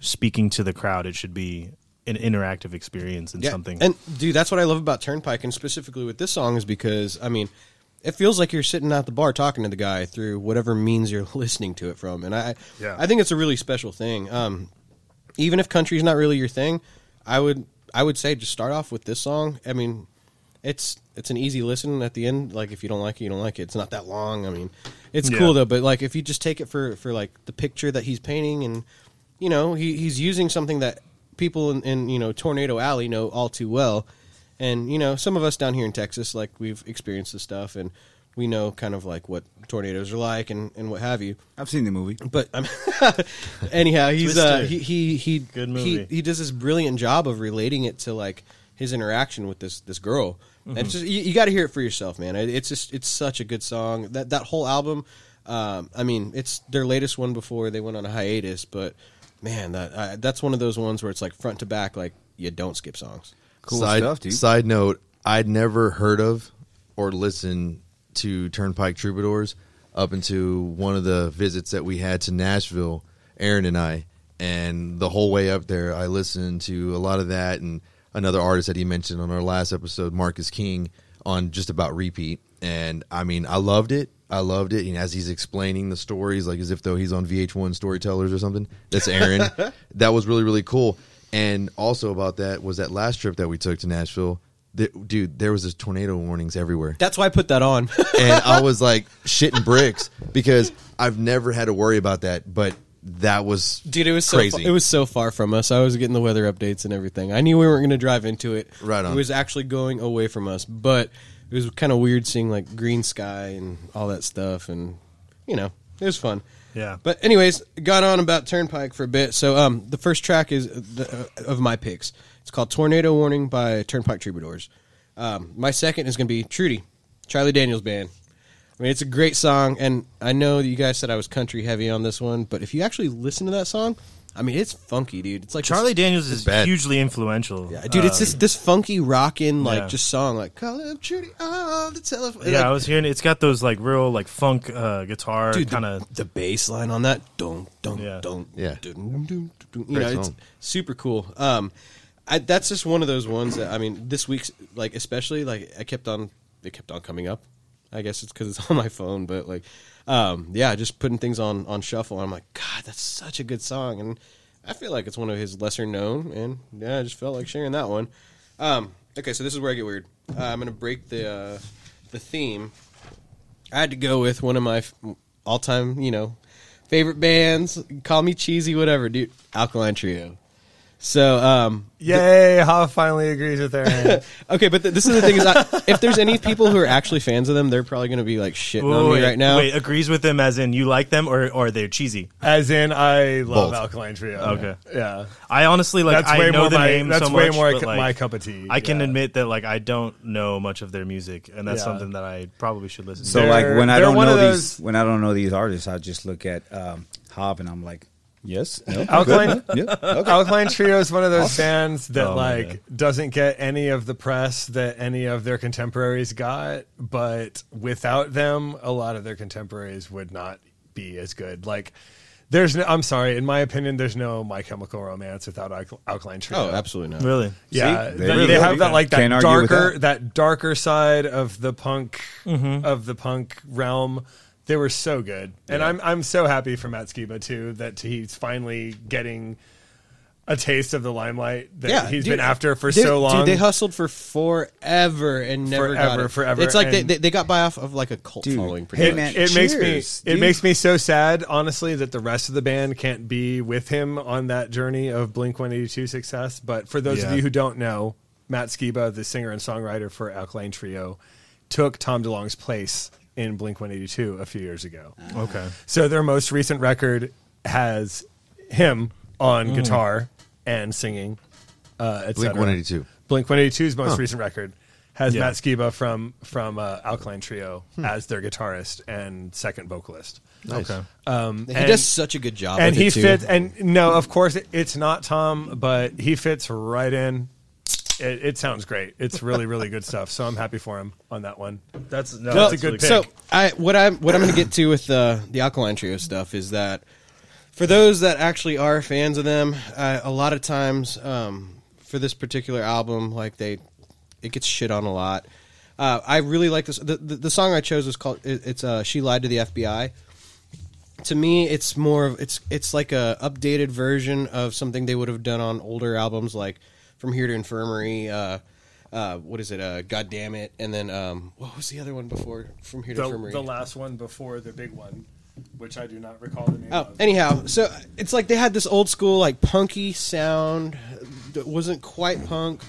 speaking to the crowd. It should be an interactive experience and something. And dude, that's what I love about Turnpike, and specifically with this song, is because I mean, it feels like you're sitting at the bar talking to the guy through whatever means you're listening to it from, and I, Yeah. I think it's a really special thing. Um, even if country's not really your thing, I would, I would say just start off with this song. I mean, it's it's an easy listen at the end. Like if you don't like it, you don't like it. It's not that long. I mean, it's Yeah. cool though. But like if you just take it for for like the picture that he's painting, and you know he he's using something that people in, in you know Tornado Alley know all too well, and you know some of us down here in Texas like we've experienced this stuff and we know kind of like what tornadoes are like and and what have you. I've seen the movie. But um, anyhow, he's uh, Twister. he he he Good He, movie. he does this brilliant job of relating it to like his interaction with this this girl. And it's just you, you got to hear it for yourself, man. It, it's just it's such a good song. That that whole album. Um, I mean, it's their latest one before they went on a hiatus, but man, that I, that's one of those ones where it's like front to back, like you don't skip songs. Cool side, stuff, dude. Side note: I'd never heard of or listened to Turnpike Troubadours up into one of the visits that we had to Nashville. Aaron and I, and the whole way up there, I listened to a lot of that and another artist that he mentioned on our last episode, Marcus King, on just about repeat. And I mean, I loved it. I loved it. And as he's explaining the stories, like as if though he's on VH1 Storytellers or something. That's Aaron. that was really really cool. And also about that was that last trip that we took to Nashville. Th- dude, there was just tornado warnings everywhere, That's why I put that on. and I was like shitting bricks because I've never had to worry about that. But that was Dude, it was so crazy. Far, it was so far from us. I was getting the weather updates and everything. I knew we weren't going to drive into it. Right on. It was actually going away from us, but it was kind of weird seeing like green sky and all that stuff, and you know, it was fun. Yeah. But anyways, got on about Turnpike for a bit. So um, the first track is the, uh, of my picks. It's called Tornado Warning by Turnpike Troubadours. Um, my second is going to be Trudy, Charlie Daniels Band. I mean, it's a great song, and I know that you guys said I was country heavy on this one, but if you actually listen to that song, I mean, it's funky, dude. It's like Charlie Daniels is bad. hugely influential. yeah, dude. it's Uh, this this funky rockin' like yeah. just song, like call up Trudy on the telephone. yeah, like, I was hearing it's got those like real like funk uh, guitar dude, kind of the, the bass line on that don't don't Yeah. don't Yeah. you Great know it's song. super cool um I, that's just one of those ones that i mean this week's like especially like i kept on it kept on coming up i guess it's because it's on my phone but like um yeah just putting things on on shuffle and i'm like god that's such a good song and i feel like it's one of his lesser known and yeah i just felt like sharing that one um okay so this is where i get weird uh, i'm gonna break the uh the theme I had to go with one of my f- all-time, you know, favorite bands. Call me cheesy, whatever, dude. Alkaline Trio. So, um, Yay! Ha finally agrees with Aaron. okay, but th- this is the thing: is I, if there's any people who are actually fans of them, they're probably going to be like shitting on me Wait, right now. Wait, agrees with them as in you like them or or they're cheesy. As in, I love Both. Alkaline Trio. Okay. Yeah. I honestly like. That's I way know more the my- name. that's so way much, more but, cu- like, my cup of tea, I can yeah. admit that like I don't know much of their music, and that's Yeah. something that I probably should listen. So to. They're- like when I they're don't one know of these those- when I don't know these artists, I just look at um, Hob and I'm like, yes, no, Alkaline, good, yeah, okay. Alkaline Trio is one of those bands that Oh, like okay. doesn't get any of the press that any of their contemporaries got, but without them, a lot of their contemporaries would not be as good. Like, there's no. I'm sorry, in my opinion, there's no My Chemical Romance without Alk- Alkaline Trio. oh, absolutely not. really, Yeah, See? they, There you they go. have that like that Can't argue with darker that. that. darker side of the punk of the punk realm. They were so good, and I'm I'm so happy for Matt Skiba too that he's finally getting a taste of the limelight that Yeah, he's dude, been after for they- so long. Dude, they hustled for forever and never got Forever, it. forever, It's like they, and- they they got by off of like a cult Dude, following. Pretty hey, much. man, it Cheers, makes me it dude. makes me so sad, honestly, that the rest of the band can't be with him on that journey of Blink One Eighty Two success. But for those Yeah. of you who don't know, Matt Skiba, the singer and songwriter for Alkaline Trio, took Tom DeLonge's place in Blink One Eighty Oh, Two a few years ago. okay. So their most recent record has him on guitar and singing. Uh, et Blink cetera. 182. Blink 182's most Huh. recent record has Yeah. Matt Skiba from from uh, Alkaline Trio Hmm. as their guitarist and second vocalist. Okay. Um, He and- does such a good job. and with he it, too. fits and no of course it- it's not tom but he fits right in it, it sounds great it's really really good stuff so i'm happy for him on that one That's no, Well, that's a good pick. so- I what I'm what I'm going to get to with the the Alkaline Trio stuff is that for those that actually are fans of them, uh, a lot of times um, for this particular album, like they it gets shit on a lot. Uh, I really like this. The, the, the song I chose is called it, it's uh, "She Lied to the FBI." To me, it's more of it's it's like a updated version of something they would have done on older albums, like "From Here to Infirmary." Uh, uh, what is it? Uh, God damn it! And then um, what was the other one before "From Here to the, Infirmary"? the last one before the big one which i do not recall the name Oh, of anyhow, so it's like they had this old school like punky sound that wasn't quite punk.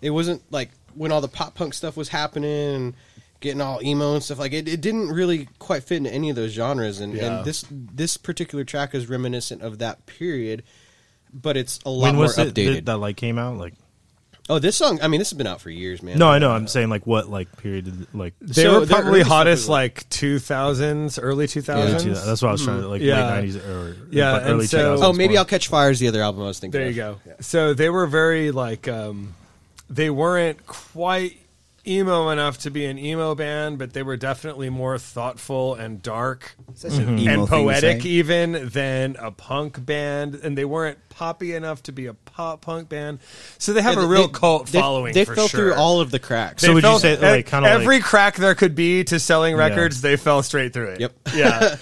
It wasn't like when all the pop punk stuff was happening and getting all emo and stuff. Like it, it didn't really quite fit into any of those genres. And, Yeah. and this this particular track is reminiscent of that period, but it's a lot when more was it updated. that, that like came out? Like oh, this song. I mean, this has been out for years, man. no, I know. I'm saying like what like period? Did, like they So were their probably early stuff hottest was like 2000s early 2000s Yeah, that's what I was trying to like Yeah. late 90s or Yeah, like, and early so- 2000s. Oh, maybe more. I'll catch fire is the other album I was thinking. There you of. go. So they were very like um, they weren't quite emo enough to be an emo band, but they were definitely more thoughtful and dark Such an emo and thing to poetic say. even than a punk band, and they weren't poppy enough to be a pop punk band. So they have Yeah, a real they- cult they- following. They for fell sure. through all of the cracks. So They would you fell- say, like, e- kinda every like- crack there could be to selling records, they fell straight through it. Yep. Yeah.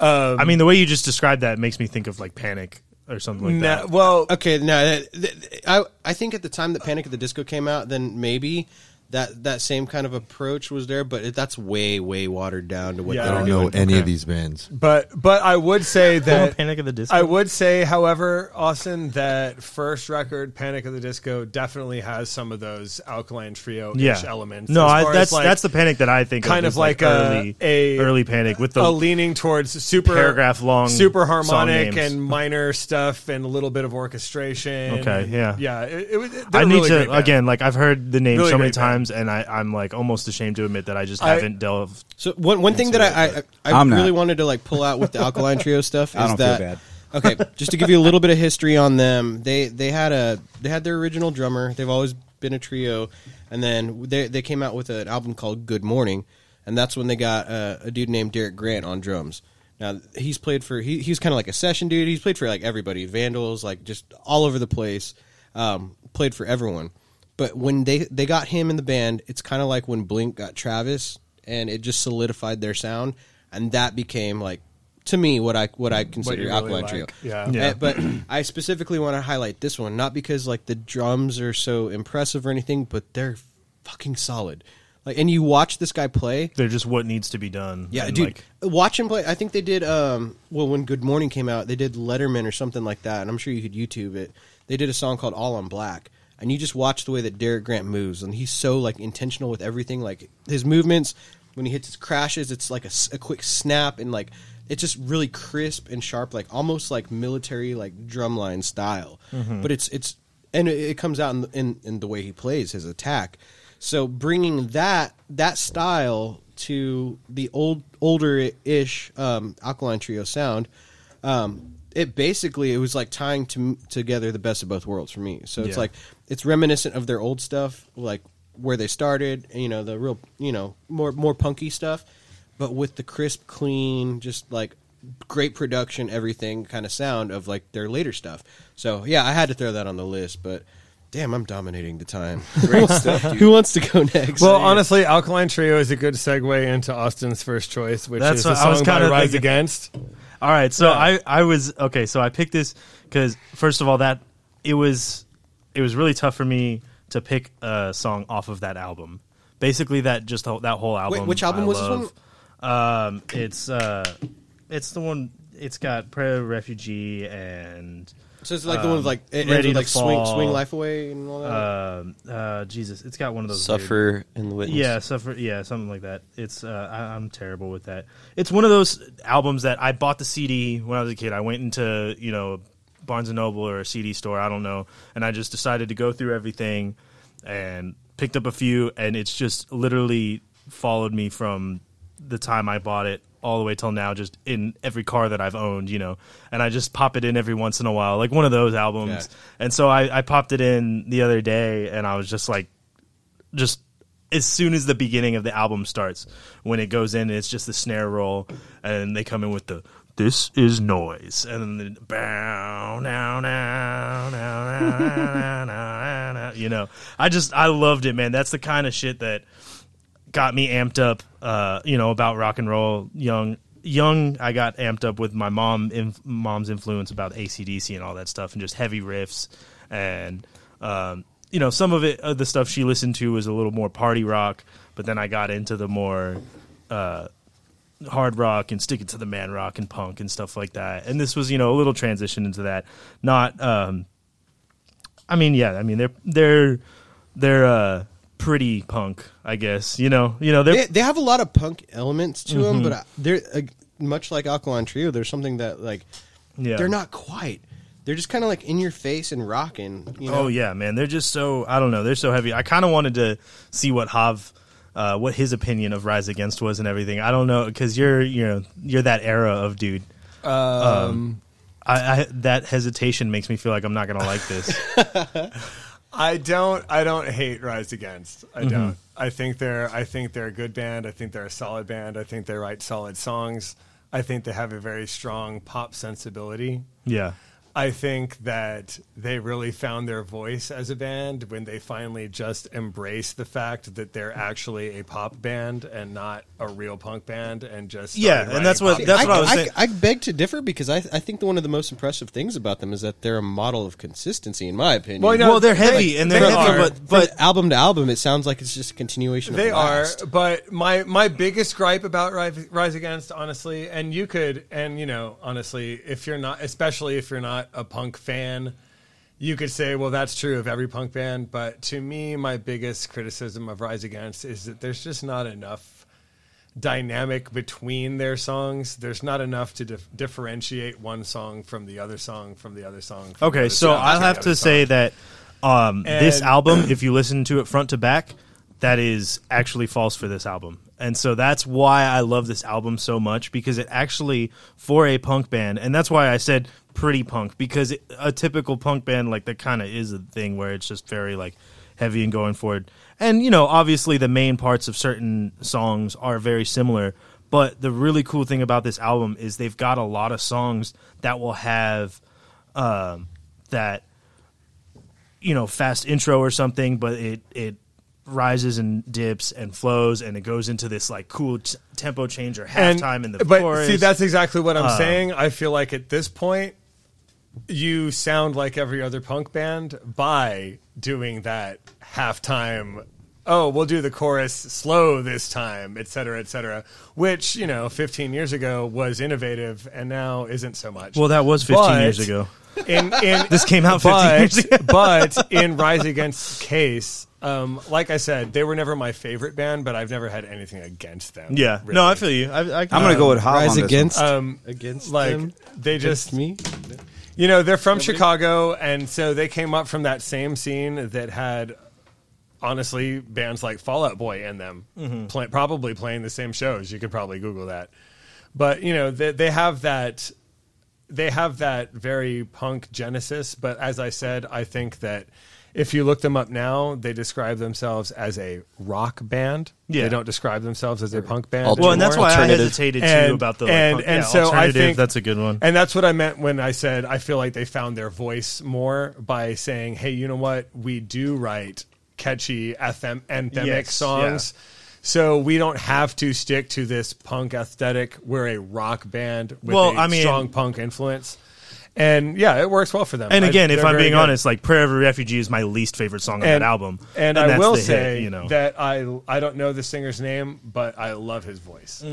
I mean, the way you just described that makes me think of like Panic or something like Na- that. well, Okay, no, that- th- I I think at the time that Panic at the Disco came out, then maybe that that same kind of approach was there, but it, that's way way watered down to what Yeah, they I were don't doing. know any of these bands. but but I would say that Panic at the Disco? I would say, however, Austin, that first record, Panic of the Disco, definitely has some of those Alkaline Trio ish yeah, elements. No, as I, far as, that's like, that's the Panic that I think kind of, of is, like, a- early a- early Panic with the a leaning towards super paragraph long super song harmonic names. and minor stuff and a little bit of orchestration. Okay, yeah. yeah. It, it, was- they're I need really great to band. again, like I've heard the name Really so many great band. times, and I, I'm like almost ashamed to admit that I just I- haven't delved. So one one thing that I I, I, I I'm not. really wanted to like pull out with the Alkaline Trio stuff is I don't feel that bad. okay, just to give you a little bit of history on them, they they had a they had their original drummer. They've always been a trio, and then they they came out with an album called Good Morning, and that's when they got uh, a dude named Derek Grant on drums. Now he's played for he, he's kind of like a session dude. He's played for like everybody, Vandals, like just all over the place. Um, played for everyone, but when they they got him in the band, it's kind of like when Blink got Travis, and it just solidified their sound, and that became like to me what I what I consider really Alkaline like. Trio. Yeah. Uh, Yeah. but I specifically want to highlight this one, not because like the drums are so impressive or anything, but they're fucking solid. Like, and you watch this guy play. They're just what needs to be done. Yeah, and, dude, like, watch him play. I think they did. Um, well, when Good Morning came out, they did Letterman or something like that, and I'm sure you could YouTube it. They did a song called All on Black, and you just watch the way that Derek Grant moves, and he's so like intentional with everything, like his movements. When he hits his crashes, it's like a, s- a quick snap, and like it's just really crisp and sharp, like almost like military like drumline style. Mm-hmm. But it's it's and it, it comes out in, in in the way he plays his attack. So bringing that that style to the old older ish um, Alkaline Trio sound, um, it basically it was like tying to, together the best of both worlds for me. So it's Yeah. like it's reminiscent of their old stuff, like where they started, you know, the real you know more more punky stuff, but with the crisp, clean, just like great production, everything kind of sound of like their later stuff. So yeah, I had to throw that on the list, but. Damn, I'm dominating the time. Great stuff, dude. Who wants to go next? Well, honestly, Alkaline Trio is a good segue into Austin's first choice, which That's is what the I was song by kinda Rise thinking. Against. All right, so I I was okay. So I picked this because first of all, that it was it was really tough for me to pick a song off of that album. Basically, that just whole- that whole album. which album I was this one? love. Um, it's uh, it's the one. It's got Prayer Refugee and So it's like the one with like it ends Ready with to like swing, Fall. swing life away and all that. um uh, Jesus. It's got one of those weird- Suffer and the Witness. Yeah, suffer. Yeah, something like that. It's uh, I, I'm terrible with that. It's one of those albums that I bought the CD when I was a kid. I went into you know Barnes and Noble or a CD store, I don't know. And I just decided to go through everything and picked up a few, and it's just literally followed me from the time I bought it all the way till now, just in every car that I've owned, you know. And I just pop it in every once in a while, like one of those albums. And so I, I popped it in the other day, and I was just like, just as soon as the beginning of the album starts, when it goes in, it's just the snare roll, and they come in with the "This is noise," and then the bow, now, now, now, now, now, now, now, now. you know. I just I loved it, man. That's the kind of shit that got me amped up. Uh, you know about rock and roll, young. Young, I got amped up with my mom, inf- mom's influence about ACDC and all that stuff, and just heavy riffs, and um, you know, some of it, uh, the stuff she listened to was a little more party rock, but then I got into the more uh, hard rock and stick it to the man rock and punk and stuff like that. And this was, you know, a little transition into that. Not, um, I mean, yeah, I mean they're they're they're uh, pretty punk, I guess. You know, you know they're they, they have a lot of punk elements to them, but I- they're uh, much like Alkaline Trio. There's something that like yeah. they're not quiet. They're just kind of like in your face and rocking. You know? Oh yeah, man, they're just so I don't know, they're so heavy. I kind of wanted to see what Hav, uh, what his opinion of Rise Against was and everything. I don't know because you're you know you're that era of dude. Um, I, I that hesitation makes me feel like I'm not gonna like this. I don't. I don't hate Rise Against. I Mm-hmm. don't. I think they're. I think they're a good band. I think they're a solid band. I think they write solid songs. I think they have a very strong pop sensibility. yeah, I think that they really found their voice as a band when they finally just embraced the fact that they're actually a pop band and not a real punk band, and just Yeah, started and that's what- writing pop that's I, what I was saying. I, I beg to differ because I, I think that one of the most impressive things about them is that they're a model of consistency, in my opinion. Well, you know, well they're they- heavy and they're they heavy, are. but but but album to album, it sounds like it's just a continuation. They of the are, last. but my my biggest gripe about Rise, Rise Against, honestly, and you could, and you know, honestly, if you're not, especially if you're not a punk fan, you could say, well, that's true of every punk band. But to me, my biggest criticism of Rise Against is that there's just not enough dynamic between their songs. There's not enough to dif- differentiate one song from the other song from the other song. from the okay. other So song I'll from the have other to say song. that um, this And- album, if you listen to it front to back, that is actually false for this album. And so that's why I love this album so much because it actually, for a punk band, and that's why I said pretty punk because it, a typical punk band, like that kind of is a thing where it's just very like heavy and going forward. And, you know, obviously the main parts of certain songs are very similar. But the really cool thing about this album is they've got a lot of songs that will have um, that you know fast intro or something, but it it rises and dips and flows and it goes into this like cool t- tempo change or halftime in the but chorus. see that's exactly what i'm Uh, saying i feel like at this point you sound like every other punk band by doing that halftime oh we'll do the chorus slow this time et cetera et cetera which you know 15 years ago was innovative and now isn't so much well, that was 15 But- years ago. in, in This came out 15 but, years ago. but in Rise Against case, um, like I said, they were never my favorite band, but I've never had anything against them. Yeah, really. no, I feel you. I, I I'm gonna go with Hob Rise on this against um, against like them, they just against me. you know they're from Chicago, and so they came up from that same scene that had honestly bands like Fallout Boy in them, pla- probably playing the same shows. You could probably Google that, but you know they, they have that they have that very punk genesis. But as I said, I think that if you look them up now, they describe themselves as a rock band. Yeah. They don't describe themselves as a punk band. Well, Well, and that's anymore why I Alternative. hesitated too about the like, and, punk- and yeah, so alternative, I think that's a good one. And that's what I meant when I said I feel like they found their voice more by saying, "Hey, you know what? We do write catchy anthem- anthemic Yes, songs." So we don't have to stick to this punk aesthetic. We're a rock band with Well, a I mean- strong punk influence, and yeah, it works well for them. and I- again, if they're I'm very being good. honest, like "Prayer of a Refugee" is my least favorite song on that album, and, I that's will the hit, say you know, that I I don't know the singer's name, but I love his voice.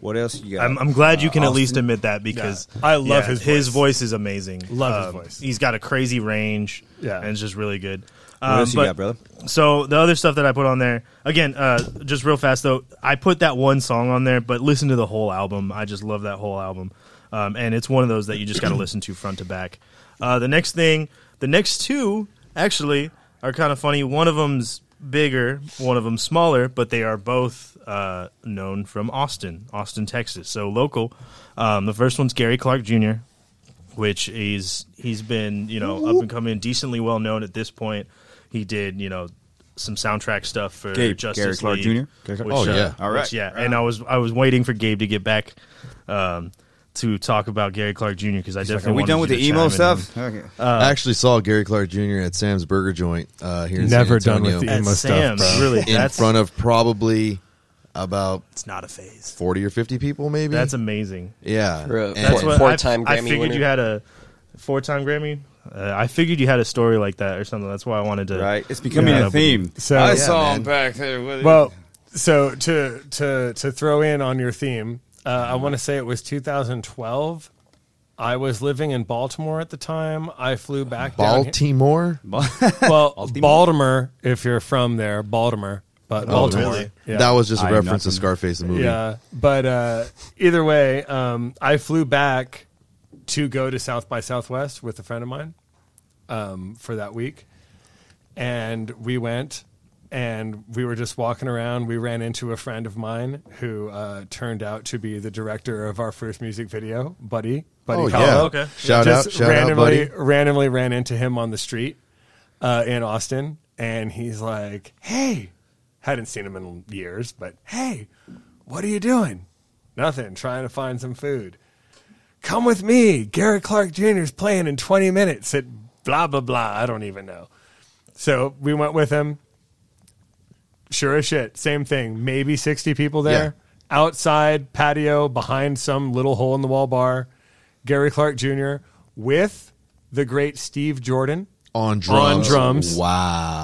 What else you got? I'm, I'm glad you Uh, can at Austin? least admit that because Yeah. I love his his voice. voice is amazing. Um, Love his voice. He's got a crazy range. Yeah. and it's just really good. Um, What else you got, brother? So the other stuff that I put on there again, uh, just real fast though, I put that one song on there, but listen to the whole album. I just love that whole album. um, and it's one of those that you just got to listen to front to back. Uh, the next thing, the next two actually are kind of funny. One of them's bigger, one of them's smaller, but they are both uh, known from Austin, Austin, Texas, so local. Um, the first one's Gary Clark Jr., which is he's been you know up and coming, decently well known at this point. He did you know some soundtrack stuff for Gabe, Gary Justice Clark League, Jr.? Gary Clark- which, Oh, uh, yeah. All which, right. yeah. And I was I was waiting for Gabe to get back um, to talk about Gary Clark Jr. because I definitely Are we wanted done with you the to emo chime in. stuff? Okay. Uh, I actually saw Gary Clark Jr. at Sam's Burger Joint uh, here in Never San done Antonio with the At emo Sam's, stuff, bro. really, in that's front of probably about it's not a phase. forty or fifty people, maybe. That's amazing. yeah. For a- And- That's what- Four-time I, I Grammy figured winner. you had a four-time Grammy. Uh, I figured you had a story like that or something. That's why I wanted to. Right, it's becoming Yeah. a theme. So- I Yeah, saw man. him back there. With Well, so to to to throw in on your theme, uh, I want to say it was 2012. I was living in Baltimore at the time. I flew back down here- Baltimore. Well, Baltimore? if you're from there, Baltimore, but Baltimore. really? Yeah. That was just a I have reference to nothing. Scarface the movie. Yeah, but uh, either way, um, I flew back to go to South by Southwest with a friend of mine um, for that week, and we went and we were just walking around. We ran into a friend of mine who uh, turned out to be the director of our first music video, Buddy. Buddy Oh Callow. yeah. okay. Shout just out, shout randomly, out, buddy. randomly ran into him on the street uh, in Austin, and he's like, "Hey," hadn't seen him in years, but "Hey, what are you doing?" Nothing. Trying to find some food. Come with me. Gary Clark Jr. is playing in 20 minutes at blah blah blah. I don't even know. So we went with him. Sure as shit, same thing. Maybe 60 people there. Outside patio behind some little hole in the wall bar. Gary Clark Jr. with the great Steve Jordan. On drums. drums.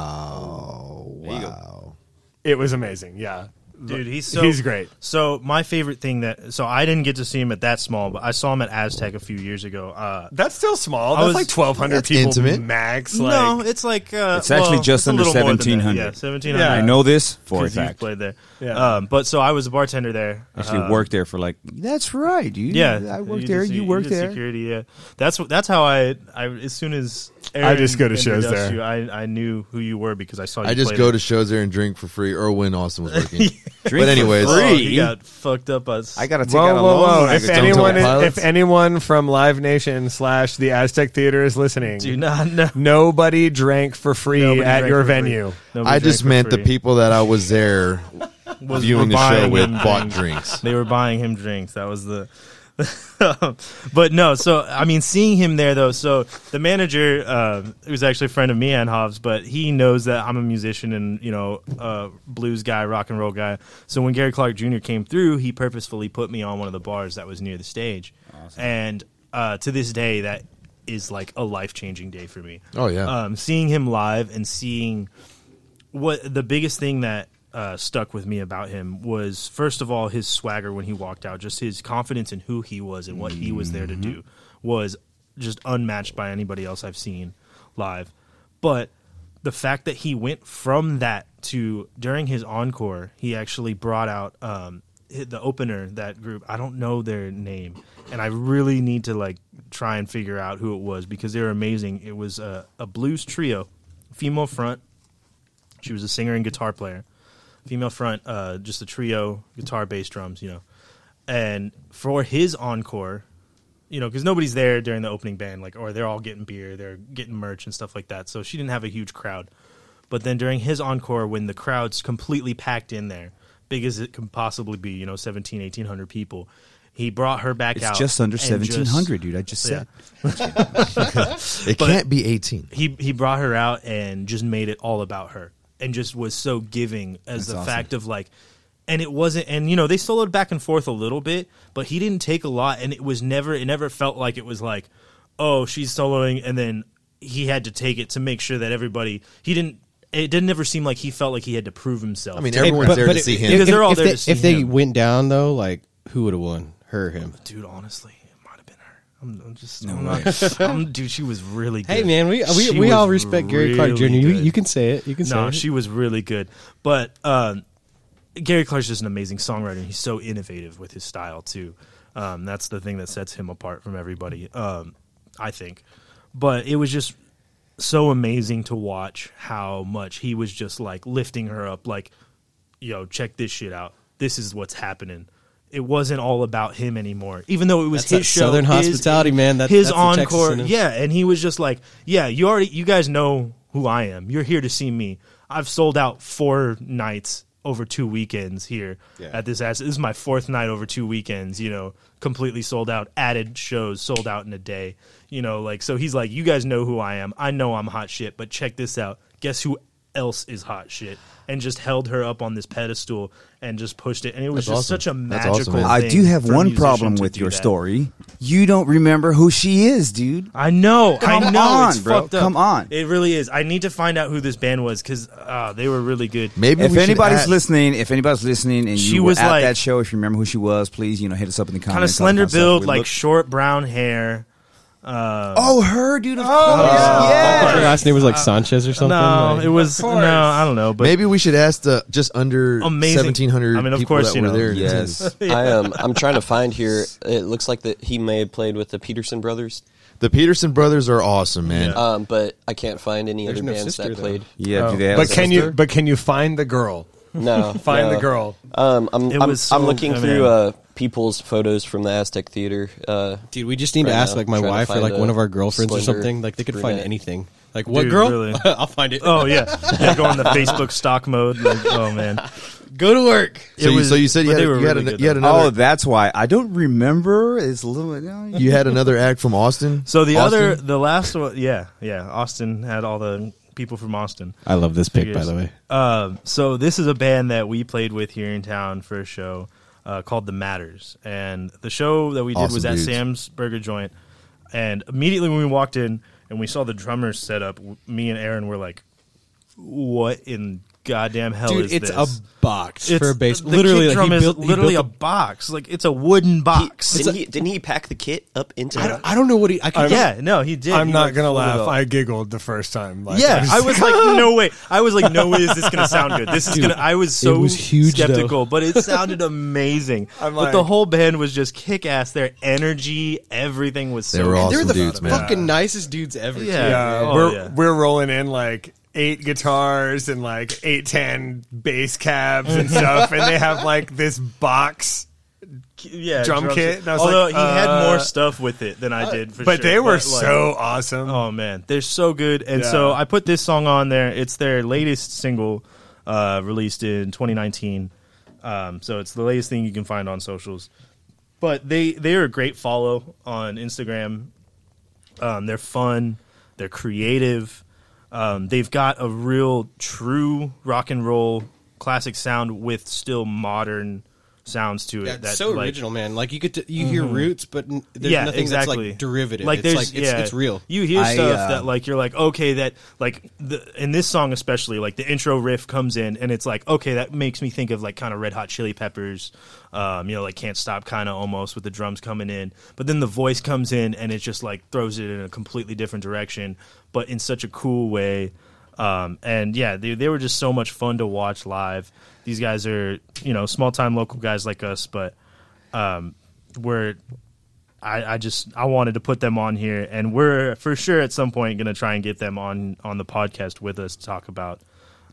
Wow. Wow. It was amazing. Yeah. Dude, he's so He's great. So my favorite thing that so I didn't get to see him at that small, but I saw him at Aztec a few years ago. Uh, That's still small. I was- That's like 1,200 That's people intimate. max. no, Like, it's like uh, It's actually well, just it's a under little more than that. 1700. Yeah, seventeen hundred. Yeah. I know this for a because you've fact. played there. Yeah. Um, but so I was a bartender there. Actually, Uh, worked there for like. That's right. You, Yeah, I You worked did there. se- you worked did there. Security. Yeah, that's wh- that's how I. I as soon as I just go to Aaron shows introduced there. You, I I knew who you were because I saw. you I just play go there. to shows there and drink for free, or when Austin was working. Drink but for anyways, free. Oh, he got fucked up. Us. I gotta take Whoa, out a whoa, loan. whoa! I If could go anyone, to a- Pilots? if anyone from Live Nation slash the Aztec Theater is listening, do not know. nobody drank for free Nobody at drank your for free. venue. Nobody I drank just for meant the free. people that I was there Was- viewing were the show buying with him bought drinks. drinks. They were buying him drinks. That was the. but no, so I mean, seeing him there though. So the manager, uh, who's actually a friend of me and Hobbs, but he knows that I'm a musician and you know, uh, blues guy, rock and roll guy. So when Gary Clark Jr. came through, he purposefully put me on one of the bars that was near the stage, and uh, to this day, that is like a life changing day for me. Oh, yeah. um, seeing him live and seeing what the biggest thing that uh, stuck with me about him was first of all his swagger when he walked out, just his confidence in who he was and what he was there to do was just unmatched by anybody else I've seen live. But the fact that he went from that to during his encore, he actually brought out um, hi- the opener that group. I don't know their name, and I really need to like try and figure out who it was because they were amazing. It was a, a blues trio, female front, she was a singer and guitar player, female front, uh, just a trio, guitar, bass, drums, you know. And for his encore, you know, because nobody's there during the opening band, like, or they're all getting beer, they're getting merch and stuff like that. So she didn't have a huge crowd. But then during his encore, when the crowd's completely packed in there, big as it can possibly be, you know, 17, 1800 people, he brought her back It's out. just under and just- 1700, dude. I just said. It can't be 18. he he brought her out and just made it all about her and just was so giving That's as the awesome. fact of like and it wasn't and you know they soloed back and forth a little bit but he didn't take a lot and it was never it never felt like it was like oh she's soloing and then he had to take it to make sure that everybody he didn't it didn't ever seem like he felt like he had to prove himself I mean, to- everyone's there to if- see If, him. Because they're all if there they, to see if they him. went down though, like who would have won? Her, or him. dude honestly it might have been her I'm, I'm just I'm not, I'm, dude she was really good Hey man, we we, She we all was respect Gary Clark Jr. really You, good. you can say it. You can No, say she it. was really good. uh, But um, Gary Clark's just an amazing songwriter. and He's so innovative with his style too. Um, that's the thing that sets him apart from everybody, um, I think. But it was just so amazing to watch how much he was just like lifting her up, like, yo, check this shit out. This is what's happening. It wasn't all about him anymore, even though it was That's his that show. Southern his- hospitality, man. That- his that's the Texas encore, in him. yeah. And he was just like, yeah, you already, you guys know who I am. You're here to see me. I've sold out four nights over two weekends here at this ass. This is my fourth night over two weekends. You know, completely sold out. Added shows, sold out in a day. You know, like so. He's like, you guys know who I am. I know I'm hot shit. But check this out. Guess who else is hot shit? And just held her up on this pedestal and just pushed it. And it was That's just awesome. such a That's magical. awesome, man. I thing do have for a one musician problem to with do your that. story. You don't remember who she is, dude. I know. I Come know. it's on, bro. fucked up. Come on. It really is. I need to find out who this band was because uh, they were really good. Maybe if we should anybody's add- listening, if anybody's listening, and She you were was at like- that show, if you remember who she was, please, you know, hit us up in the comments. Kind of all that slender kinda stuff. build, We like look- short brown hair. Uh, oh, her, dude. Of course. Oh. I thought yeah. Her last name was like Sanchez or something. No, like- it was no. I don't know, but Maybe we should ask the just under Amazing. seventeen hundred. I mean, of people course, that you were know. there. in attendance. Yes. I am. Um, I'm trying to find here. It looks like that he may have played with the Peterson brothers, the Peterson brothers are awesome, man. um, but I can't find any There's other no bands sister, that though. played. Yeah, dude. they have But a can sister. you? But can you find the girl? No, Find no. the girl. Um, I'm It I'm, was so- I'm looking I through mean- uh, people's photos from the Aztec Theater. Uh, Dude, we just need to Right ask now, like my trying to wife or find like a one of our girlfriends or slender something. Like they could find brunette. anything. Like what Dude, girl? really. I'll find it. oh yeah, they go on the Facebook stock mode. Like, oh man, Go to work. so, It you, was- so you said you but had, they a- were you, had really an- good, you had though. Oh, another that's why I don't remember. It's a little. no, you- you had another act from Austin. So the Austin? other, the last one, yeah, yeah. Austin had all the people from Austin. I love this pick, by Figures. the way. Um, so this is a band that we played with here in town for a show uh, called The Matters, and the show that we did Awesome was at dudes. Sam's Burger Joint. And immediately when we walked in and we saw the drummer set up, w- me and Aaron were like, "What in goddamn hell Dude, is it's this?" a box It's- for a bass. the Literally, kick like, drum he is built, he literally built a box. Like it's a wooden box. didn't, he, didn't he pack the kit up into? I, don't, I don't know what he. I can yeah, no, he did. I'm He, not like, gonna folded it laugh. up. I giggled the first time. Like, yeah, was- I was like, no way. I was like, no way is this gonna sound good. This is gonna. I was so it was huge, though. skeptical, but it sounded amazing. I'm but the like- whole band was just kick ass. Their energy, everything was. They so were good. awesome They're the dudes, man. fucking nicest dudes ever. too. Yeah, yeah, Oh, we're yeah. we're rolling in like eight guitars and like eight ten bass cabs and stuff, and they have like this box. yeah, drum drums. kit, and I was Although like, he had uh, more stuff with it than I did, for But sure. they were like, so awesome. Oh man, they're so good. And so Yeah. I put this song on there. It's their latest single, uh, released in 2019. Um, so it's the latest thing you can find on socials. But they they are a great follow on Instagram. Um, they're fun. They're creative. Um, they've got a real true rock and roll classic sound with still modern sounds to it. Yeah, it's that, so like, Mm-hmm. original, man. Like you get to, you hear roots, but n- there's yeah, nothing exactly. that's like derivative. Like it's there's, like it's, yeah, it's real. You hear I, stuff uh, that like you're like okay that like the, in this song especially like the intro riff comes in and it's like okay that makes me think of like kind of Red Hot Chili Peppers, um, you know like Can't Stop kind of almost with the drums coming in, but then the voice comes in and it just like throws it in a completely different direction, but in such a cool way. Um, and yeah, they, they were just so much fun to watch live. These guys are, you know, small time local guys like us, but um, we're I, I just I wanted to put them on here, and we're for sure at some point going to try and get them on on the podcast with us to talk about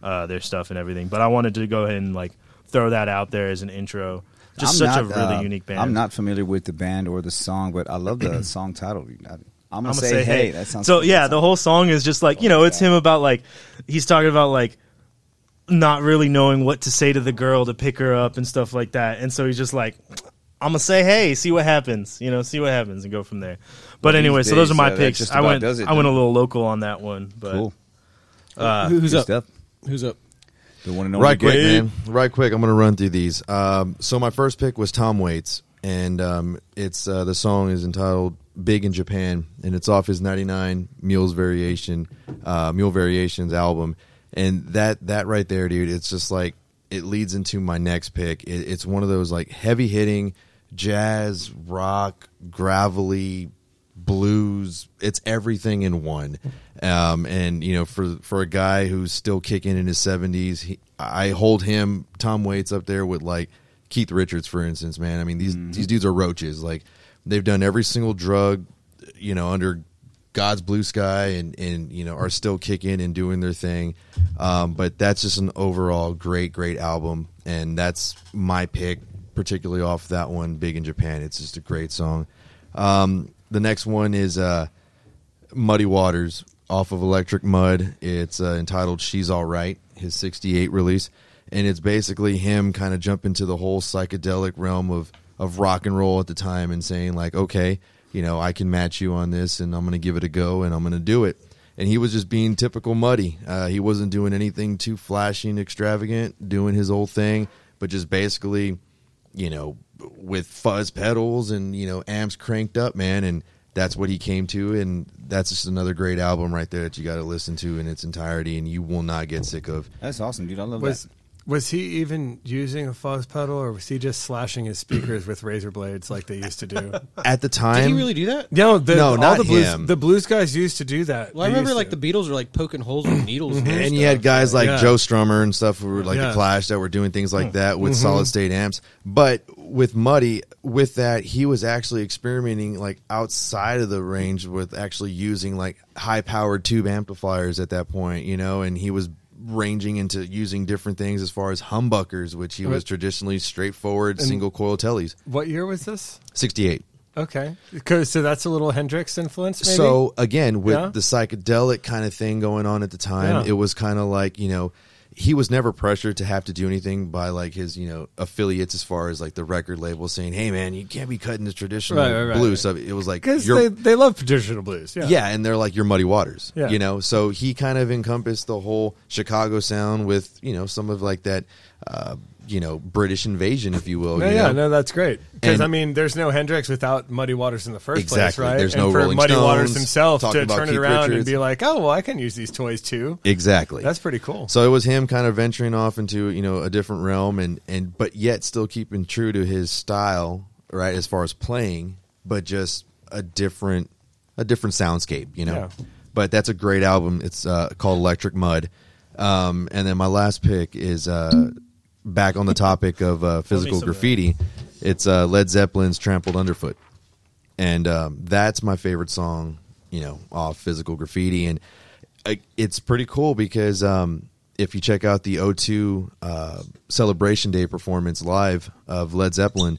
uh, their stuff and everything. But I wanted to go ahead and like throw that out there as an intro. Just I'm such a not, really uh, unique band. I'm not familiar with the band or the song, but I love the song title. I'm gonna, I'm say, hey. That sounds so. cool. Yeah, That the sounds- whole song is just like you know, it's him about like he's talking about like not really knowing what to say to the girl to pick her up and stuff like that, and so he's just like. I'm gonna say, hey, see what happens, you know, see what happens, and go from there. But these anyway, so those are days, my uh, that picks. just I about went, does it, I went a doesn't little local on that one, but cool. Uh, Who's Good up? stuff. Who's up? The one and only right quick, great- man. Right quick. I'm going to run through these. Um, so my first pick was Tom Waits, and um, it's uh, the song is entitled "Big in Japan," and it's off his '99 Mules Variation, uh, Mule Variations album. And that that right there, dude, it's just like it leads into my next pick. It, it's one of those like heavy hitting jazz, rock, gravelly blues. It's everything in one. Um, and you know, for for a guy who's still kicking in his seventies, I hold him Tom Waits up there with like Keith Richards, for instance, man. I mean, these these dudes are roaches. Like they've done every single drug, you know, under God's blue sky, and and you know are still kicking and doing their thing. Um, but that's just an overall great, great album, and that's my pick, particularly off that one, Big in Japan. It's just a great song. Um, the next one is. Uh, Muddy Waters off of Electric Mud. It's uh, entitled She's All Right, his 68 release. And it's basically him kind of jumping to the whole psychedelic realm of, of rock and roll at the time and saying, like, okay, you know, I can match you on this and I'm going to give it a go and I'm going to do it. And he was just being typical Muddy. Uh, he wasn't doing anything too flashy and extravagant, doing his old thing, but just basically you know, with fuzz pedals and you know amps cranked up, man, and that's what he came to, and that's just another great album right there that you got to listen to in its entirety, and you will not get sick of. That's awesome, dude. I love Was that. was he even using a fuzz pedal, or was he just slashing his speakers with razor blades like they used to do? At the time, Did he really do that? No, the, No, all not the blues, him. The blues guys used to do that. Well, I They remember used like to. the Beatles were like poking holes with needles, and, Mm-hmm. and stuff. you had guys like Yeah. Joe Strummer and stuff who were like Yeah. Hmm. Mm-hmm. the Clash that were doing things like that with solid state amps. But with Muddy, with that, he was actually experimenting like outside of the range with actually using like high powered tube amplifiers at that point, you know, and he was ranging into using different things as far as humbuckers, which he was traditionally straightforward single coil tellies. what year was this? 68. Okay, 'Cause- so that's a little Hendrix influence. Maybe? So again, with Yeah. the psychedelic kind of thing going on at the time, Yeah. it was kind of like you know he was never pressured to have to do anything by like his you know affiliates as far as like the record label saying, "Hey man, you can't be cutting the traditional Right, right, right, blues." right. So it was like because you're- they they love traditional blues. Yeah, yeah, and they're like your Muddy Waters, Yeah. you know. So he kind of encompassed the whole Chicago sound with you know some of like that. Uh, you know, British invasion, if you will. No, you yeah, know? no, that's great. Because And- I mean, there's no Hendrix without Muddy Waters in the first place, Exactly. right? There's and no for Rolling Muddy Waters Stones, himself to talking about turn it Keith around and Richards. be like, "Oh, well, I can use these toys too." Exactly. That's pretty cool. So it was him kind of venturing off into you know a different realm, and and but yet still keeping true to his style, right? As far as playing, but just a different a different soundscape, you know. Yeah. But that's a great album. It's uh, called Electric Mud. Um, and then my last pick is uh, back on the topic of uh, physical some of that. graffiti. It's uh, Led Zeppelin's "Trampled Underfoot." and um, that's my favorite song you know off physical graffiti and I, it's pretty cool because um, if you check out the o2 uh, celebration day performance live of led zeppelin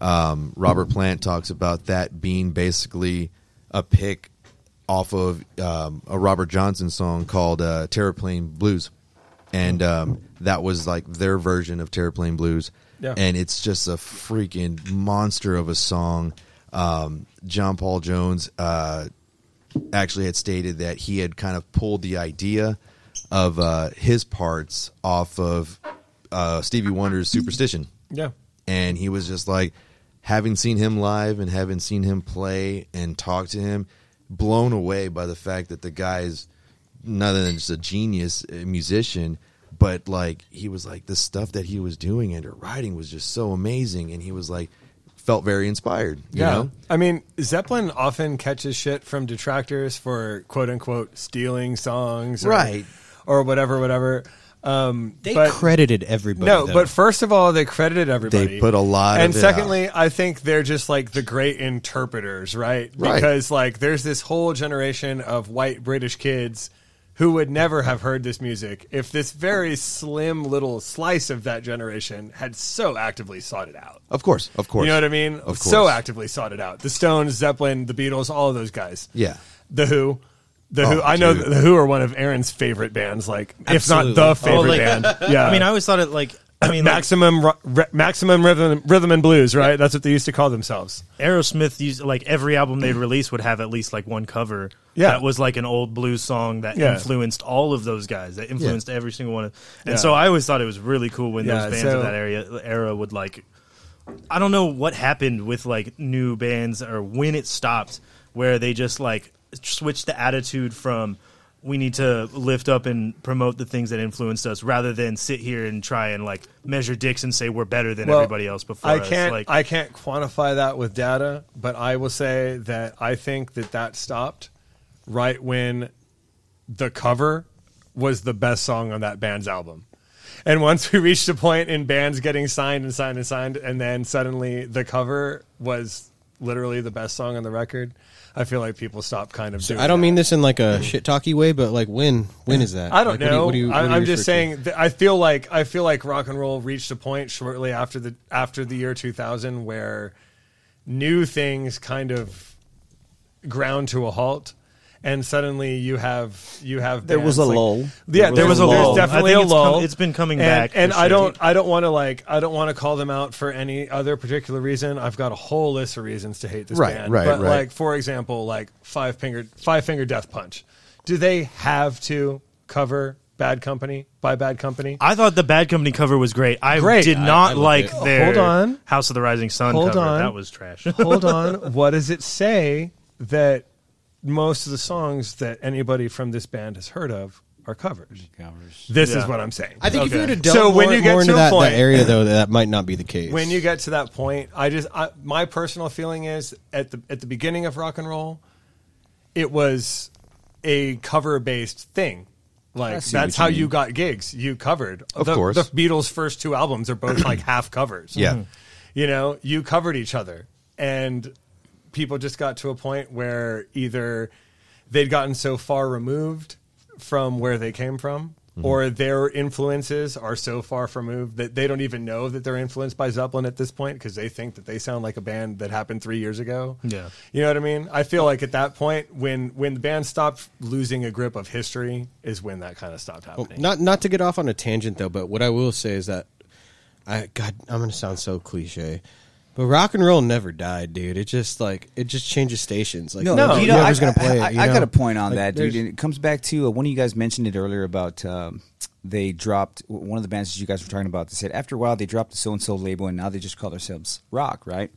um, robert plant talks about that being basically a pick off of um, a robert johnson song called uh, terraplane blues and um, that was like their version of terraplane blues Yeah. and it's just a freaking monster of a song. Um, John Paul Jones uh, actually had stated that he had kind of pulled the idea of uh, his parts off of uh, Stevie Wonder's Superstition yeah, and he was just like having seen him live and having seen him play and talk to him blown away by the fact that the guy is not than just a genius uh, musician but like he was like the stuff that he was doing and her writing was just so amazing and he was like felt very inspired you yeah. know I mean, Zeppelin often catches shit from detractors for "quote unquote" stealing songs, or, Right. or whatever, whatever. Um, they but- credited everybody. No, though. but first of all, they credited everybody. put a lot and of it secondly, I think they're just like the great interpreters, right? Right. Because like there's this whole generation of white British kids who would never have heard this music if this very slim little slice of that generation had so actively sought it out. of course of course You know what I mean? Of So course. actively sought it out. The Stones, Zeppelin, the Beatles, all of those guys. Yeah. The Who. The Who. Oh, I know dude. the Who are one of Aaron's favorite bands, like Absolutely. if not the Oh, favorite like- band. Yeah. I mean, I always thought it like I mean, like, maximum ru- re- maximum rhythm rhythm and blues, right? That's what they used to call themselves. Aerosmith used like every album they'd release would have at least like one cover. Yeah. that was like an old blues song that Yeah. influenced all of those guys. That influenced every single one. of And Yeah. so I always thought it was really cool when Yeah, those bands so- of that area era would like. I don't know what happened with like new bands or when it stopped, where they just like switched the attitude from we need to lift up and promote the things that influenced us rather than sit here and try and like measure dicks and say we're better than everybody else before I us. can't Like, I can't quantify that with data, but I will say that I think that that stopped right when the cover was the best song on that band's album. And once we reached a point in bands getting signed and signed and signed, and then suddenly the cover was literally the best song on the record. I feel like people stopped kind of. doing I don't that. mean this in like a shit talky way, but like when when is that? I don't Like, know. What do you, what do you, what do I, you I'm just refer to? saying. Th- I feel like I feel like rock and roll reached a point shortly after the after the year 2000 where new things kind of ground to a halt, and suddenly you have you have There was bands a like- lull. Yeah, there was a lull. There's I definitely think a it's come- lull. it's been coming And- back, and for I sure. don't I don't want to like I don't want to call them out for any other particular reason. I've got a whole list of reasons to hate this Right, band. right, but right. like for example, like five finger five finger death punch. Do they have to cover Bad Company by Bad Company? I thought the Bad Company cover was great. I Great. did I- not I loved like it. their Hold on. House of the Rising Sun Hold cover. on. That was trash. Hold on. What does it say that most of the songs that anybody from this band has heard of are covers? This is Yeah. what I'm saying. I think if you Okay. were to delve So when more, you get more to into a that, point- that area, though, that might not be the case. when you get to that point, I just I, my personal feeling is at the at the beginning of rock and roll, it was a cover based thing. Like see that's what you how you mean. got gigs. You covered. Of the, course. the Beatles' first two albums are both like half covers. Yeah. Mm-hmm. Mhm. you know, you covered each other, and people just got to a point where either they'd gotten so far removed from where they came from or their influences are so far removed that they don't even know that they're influenced by Zeppelin at this point because they think that they sound like a band that happened 3 years ago. Yeah. You know what I mean? I feel like at that point when when the band stopped losing a grip of history is when that kind of stopped Well, happening. not not to get off on a tangent though, but what I will say is that I God, I'm gonna sound so cliche, but rock and roll never died, dude. It just like it just changes stations. Like No, whoever's you know, I, gonna play I, I, it. you I know? got a point on Like, that, dude. there's- And it comes back to uh, one of you guys mentioned it earlier about um, they dropped one of the bands that you guys were talking about. They said after a while they dropped the so and so label and now they just call themselves rock, right?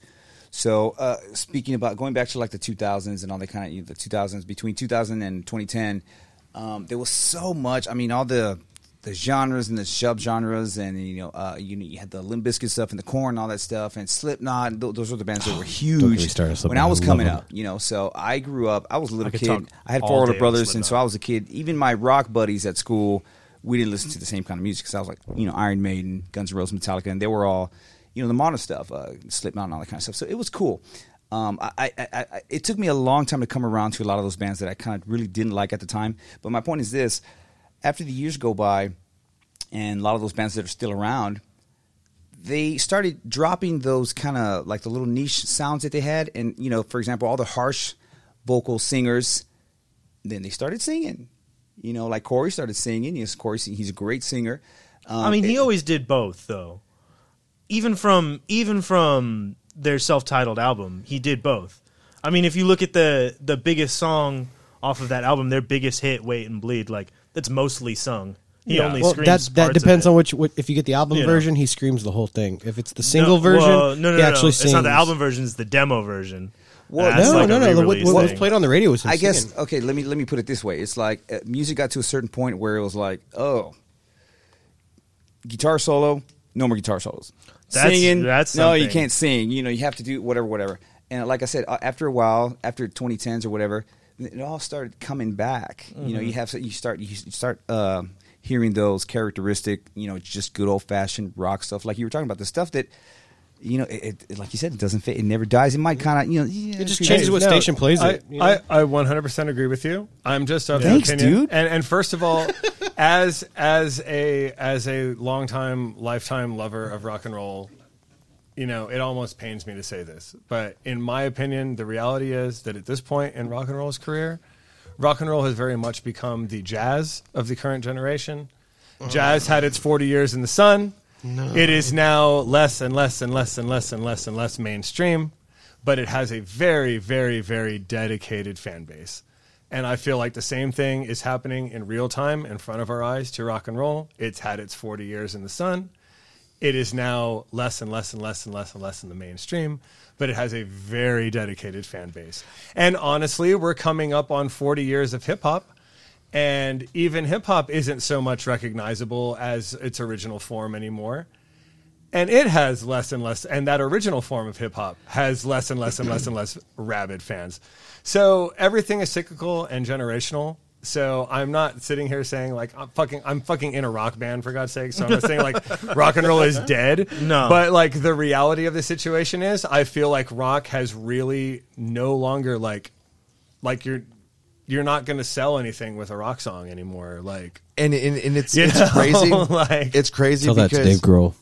So uh, speaking about going back to like the 2000s and all that kind of you know, the 2000s between 2000 and 2010, um, there was so much. I mean, all the the genres and the subgenres, and you know, uh, you, you had the Limp Bizkit stuff and the Corn, all that stuff, and Slipknot. Th- those were the bands that were me huge started on when I Slipknot. was I love coming them. up. You know, so I grew up. I was a little could kid. talk I had all four day older on brothers, and so Slipknot. I was a kid. Even my rock buddies at school, we didn't listen to the same kind of music because I was like, you know, Iron Maiden, Guns N' Roses, Metallica, and they were all, you know, the modern stuff, uh, Slipknot, and all that kind of stuff. So it was cool. Um, I, I, I, I, it took me a long time to come around to a lot of those bands that I kind of really didn't like at the time. But my point is this: after the years go by, and a lot of those bands that are still around, they started dropping those kind of like the little niche sounds that they had and you know for example all the harsh vocal singers then they started singing you know like corey started singing yes corey sing- he's a great singer um, I mean, he it- always did both, though. Even from even from their self-titled album, he did both. I mean, if you look at the the biggest song off of that album, their biggest hit, "Wait and Bleed," like that's mostly sung. He Yeah. only Well, screams. that that parts of depends it. on which, what if you get the album Yeah. version, he screams the whole thing. If it's the single version, well, no, no, he no, actually no. sings. It's not the album version; it's the demo version. Well, Uh, No, it's like no, a no. What, re-release what was thing. played on the radio was him i guess singing. okay let me let me put it this way it's like uh, music got to a certain point where it was like oh guitar solo no more guitar solos That's- singing that's no you something. can't sing you know you have to do whatever whatever and like i said uh, after a while after 2010s or whatever it all started coming back you know you have you start you start uh, hearing those characteristic you know just good old fashioned rock stuff like you were talking about the stuff that you know it, it- like you said it doesn't fit it never dies it might kind of you know it just changes what station plays I, it, you know? I, I 100% agree with you. I'm just of Thanks, the opinion. dude. And and first of all, as as a as a longtime lifetime lover of rock and roll, you know, it almost pains me to say this, but in my opinion, the reality is that at this point in rock and roll's career, rock and roll has very much become the jazz of the current generation. Jazz had its 40 years in the sun. It is now less and less and less and less and less and less mainstream, but it has a very, very, very dedicated fan base. And I feel like the same thing is happening in real time in front of our eyes to rock and roll. It's had its 40 years in the sun it is now less and less and less and less and less in the mainstream, but it has a very dedicated fan base. And honestly, we're coming up on 40 years of hip hop, and even hip hop isn't so much recognizable as its original form anymore. And it has less and less, and that original form of hip hop has less and less and less and less rabid fans. So everything is cyclical and generational. So I'm not sitting here saying like I'm fucking I'm fucking in a rock band for God's sake. So I'm not saying like rock and roll is dead. No. but like the reality of the situation is, I feel like rock has really no longer like like you're you're not going to sell anything with a rock song anymore. Like and and, and it's You it's know, crazy. like- it's crazy Tell that because to Dave Grohl.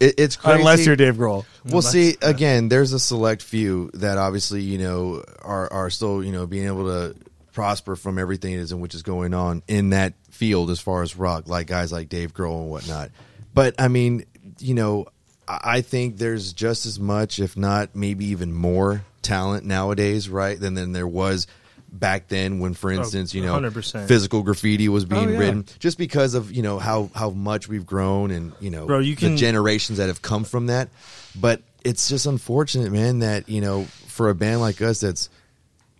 it- it's crazy. unless you're Dave Grohl, Well, see, again, there's a select few that obviously you know are are still you know being able to prosper from everything it is and which is going on in that field as far as rock, like guys like Dave Grohl and whatnot. But I mean, you know, I I think there's just as much, if not maybe even more, talent nowadays, right? Than than there was back then when for instance you know 100%. physical graffiti was being Oh, yeah. written just because of you know how how much we've grown and you know Bro, you can- the generations that have come from that. But it's just unfortunate, man, that you know, for a band like us that's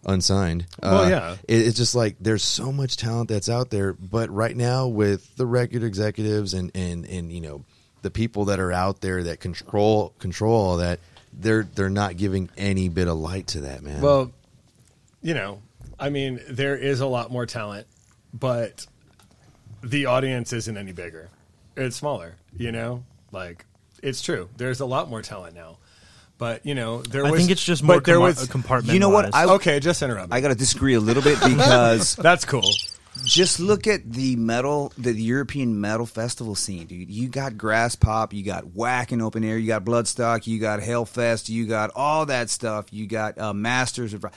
unsigned. uh, Well, yeah. it- it's just like there's so much talent that's out there, but right now with the record executives and and and you know the people that are out there that control control all that, they're they're not giving any bit of light to that, man. Well, you know, I mean, there is a lot more talent, but the audience isn't any bigger. It's smaller, you know? Like, it's true. There's a lot more talent now. But, you know, there I was. think it's just more uh, but there compa- was, compartmentalized. You know what? I- Okay, just interrupt. me. I got to disagree a little bit because That's cool. just look at the metal, the European metal festival scene, dude. You got Grass Pop, you got Whack in Open Air, you got Bloodstock, you got Hellfest, you got all that stuff. You got uh, Masters of, Rock.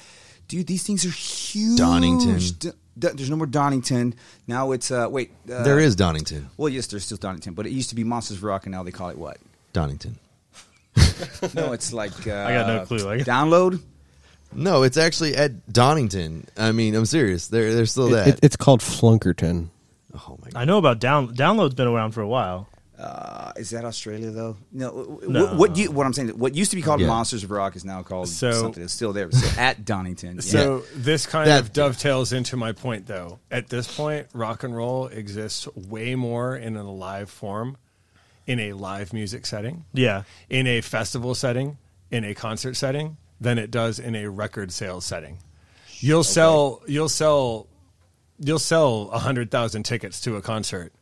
dude. These things are huge. Donington. D- d- there's no more Donington. Now it's uh, wait. Uh, there is Donington, Well, yes, there's still Donington, but it used to be Monsters of Rock, and now they call it what? Donington. No, it's like uh, I got no clue. I got- download. No, it's actually at Donington. I mean, I'm serious. They're they're still that. It, it's called Flunkerton. oh my god. I know about down download's been around for a while. Uh, is that Australia though? No. w- No. What, what you what I'm saying? What used to be called Yeah. Monsters of Rock is now called So- something. It's still there. So at Donington. yeah. So this kind That- of dovetails into my point, though. At this point, rock and roll exists way more in a live form, in a live music setting. Yeah. in a festival setting, in a concert setting, than it does in a record sales setting. You'll sell you'll sell you'll sell hundred thousand tickets to a concert,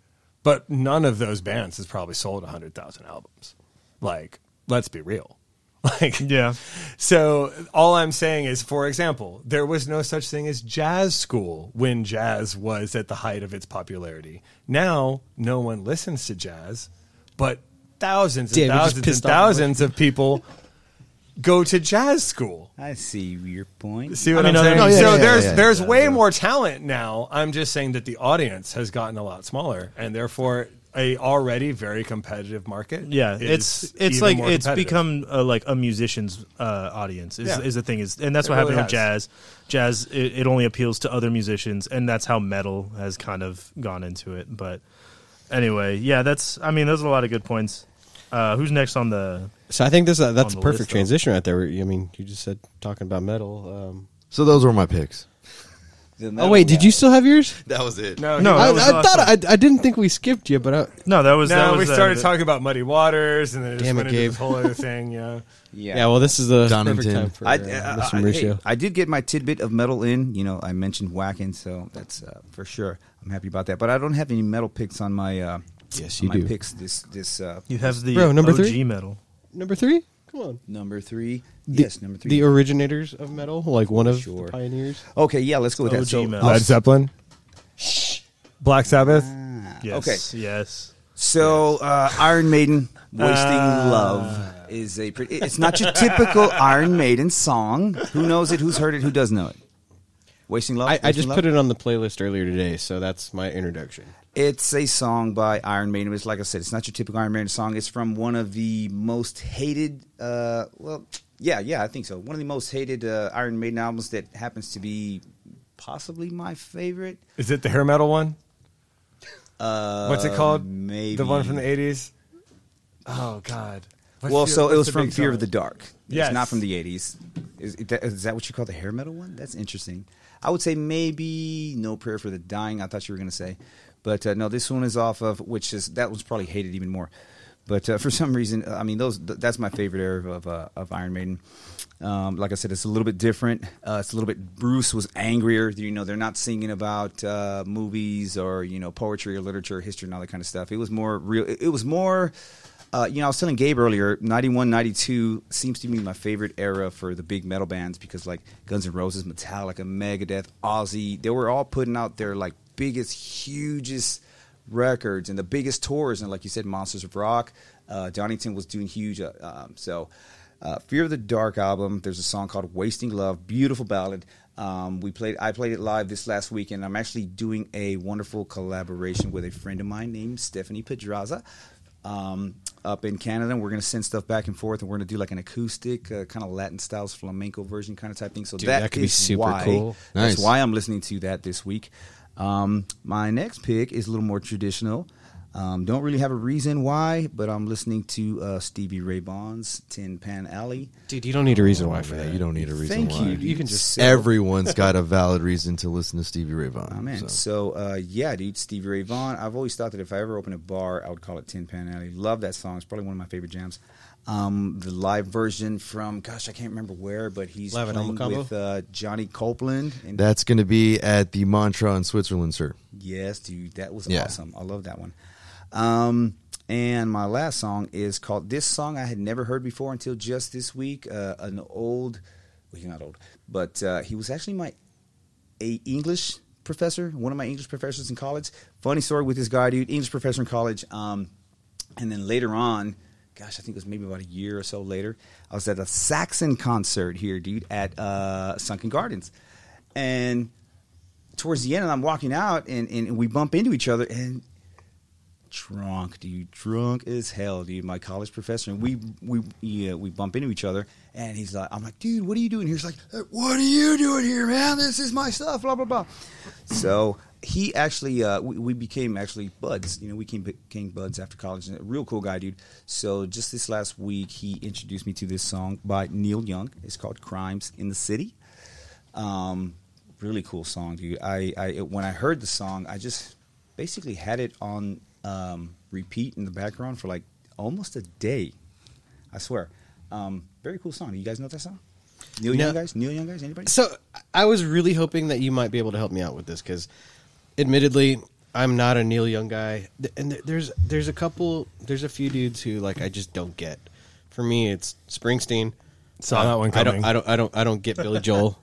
but none of those bands has probably sold hundred thousand albums. Like, let's be real. Like Yeah. so all I'm saying is, for example, there was no such thing as jazz school when jazz was at the height of its popularity. Now no one listens to jazz, but thousands and Damn, we just pissed thousands and off a thousands of people go to jazz school. I see your point. See what I I mean, am other saying? than- No, yeah, so yeah, yeah, there's yeah, there's way more talent now. I'm just saying that the audience has gotten a lot smaller, and therefore a already very competitive market. Yeah, is it's even it's like more it's competitive. become uh like a musician's uh, audience is, Yeah. is the thing is, and that's It what really happened has. with jazz. Jazz it, it only appeals to other musicians, and that's how metal has kind of gone into it. But anyway, yeah, that's I mean, those are a lot of good points. Uh, who's next on the? So I think this uh, that's On a the list, perfect though. transition right there. I mean, you just said talking about metal. Um, So those were my picks. The oh metal wait, did guy. you still have yours? That was it. no, No, I, that was I awesome. thought I, I didn't think we skipped you, but I, No, that was that No, was, we uh, started the- talking about muddy waters, and then it just Damn it, went into Gabe. this whole other thing. Yeah, Yeah. yeah. Well, this is the perfect Donington. time for uh, I, Mr. I- I- hey, Mauricio. I did get my tidbit of metal in. You know, I mentioned whacking, so that's uh, for sure. I'm happy about that. But I don't have any metal picks on my. Uh, Yes, on you my do. Picks this this uh, You have the Bro, number OG three? metal. number three. Come on. number three. The- yes, number three. The er- originators of metal, like one of Sure. the pioneers. okay, yeah, let's go with that. OG So, metal. I'll- Led Zeppelin, Black Sabbath. Yes. Yes. So uh, Iron Maiden, "Wasting Love," is a. Pretty, it's not your typical Iron Maiden song. Who knows it? Who's heard it? Who does know it? "Wasting Love." I, I just put it on the playlist earlier today, so that's my introduction. It's a song by Iron Maiden. It's like I said, it's not your typical Iron Maiden song. It's from one of the most hated. Uh, well, yeah, yeah, I think so. One of the most hated uh, Iron Maiden albums that happens to be possibly my favorite. Is it the hair metal one? Uh, What's it called? Maybe The one from the eighties. Oh God. What's well, the- so it what's was the from big Fear of song? the Dark. Yeah, Yes. It's not from the 80s. Is, is that- is that what you call the hair metal one? That's interesting. I would say maybe No Prayer for the Dying. I thought you were going to say. But uh, no, this one is off of, which is, that one's probably hated even more. But uh, for some reason, I mean, those th- that's my favorite era of uh, of Iron Maiden. Um, like I said, it's a little bit different. Uh, it's a little bit. Bruce was angrier. You know, they're not singing about uh, movies or you know poetry or literature, or history, and all that kind of stuff. It was more real. It, it was more. Uh, you know, I was telling Gabe earlier, 91, 92 seems to be my favorite era for the big metal bands because, like, Guns N' Roses, Metallica, Megadeth, Ozzy, they were all putting out their, like, biggest, hugest records and the biggest tours. And, like you said, Monsters of Rock, uh, Donington was doing huge. Uh, um, so, uh, Fear of the Dark album, there's a song called Wasting Love, beautiful ballad. Um, we played. I played it live this last weekend. I'm actually doing a wonderful collaboration with a friend of mine named Stephanie Pedraza, um, up in Canada. And we're going to send stuff back and forth, and we're going to do like an acoustic, uh, kind of Latin styles flamenco version, kind of type thing. So Dude, that could be is super why, cool. That's Nice. why I'm listening to that this week. Um, my next pick is a little more traditional. Um, don't really have a reason why, but I'm listening to uh, Stevie Ray Vaughan's Tin Pan Alley. Dude, you don't need a reason why for Yeah, that. you don't need a reason Thank why. you. You can just Everyone's got a valid reason to listen to Stevie Ray Vaughan. Oh, man. so. So, uh, yeah, dude, Stevie Ray Vaughan. I've always thought that if I ever open a bar, I would call it Tin Pan Alley. Love that song. It's probably one of my favorite jams. Um, the live version from, gosh, I can't remember where, but he's Live at playing Humble Combo? with uh, Johnny Copeland. And That's going to be at the Mantra in Switzerland, sir. yes, dude, that was Yeah. awesome. I love that one. Um, and my last song is called this song I had never heard before until just this week. Uh, an old, well, he's not old, but uh, he was actually my a English professor, one of my English professors in college. Funny story with this guy, dude. English professor in college, um, and then later on, gosh, I think it was maybe about a year or so later, I was at a Saxon concert here, dude, at uh, Sunken Gardens, and towards the end, and I'm walking out, and, and we bump into each other, and drunk, dude, drunk as hell, dude. My college professor and we we yeah, we bump into each other, and he's like, I'm like, dude, what are you doing here? He's like, what are you doing here, man? This is my stuff, blah blah blah. So he actually, uh, we, we became actually buds. You know, we came became buds after college. And a real cool guy, dude. So just this last week, he introduced me to this song by Neil Young. It's called "Crimes in the City." Um, really cool song, dude. I, I when I heard the song, I just basically had it on um, repeat in the background for like almost a day. I swear. Um, very cool song. You guys know that song? Neil No. Young guys? Neil Young guys? Anybody? So I was really hoping that you might be able to help me out with this because, admittedly, I'm not a Neil Young guy, Th- and th- there's there's a couple, there's a few dudes who like I just don't get. For me, it's Springsteen. Saw that one I don't, coming. I don't, I don't, I don't get Billy Joel,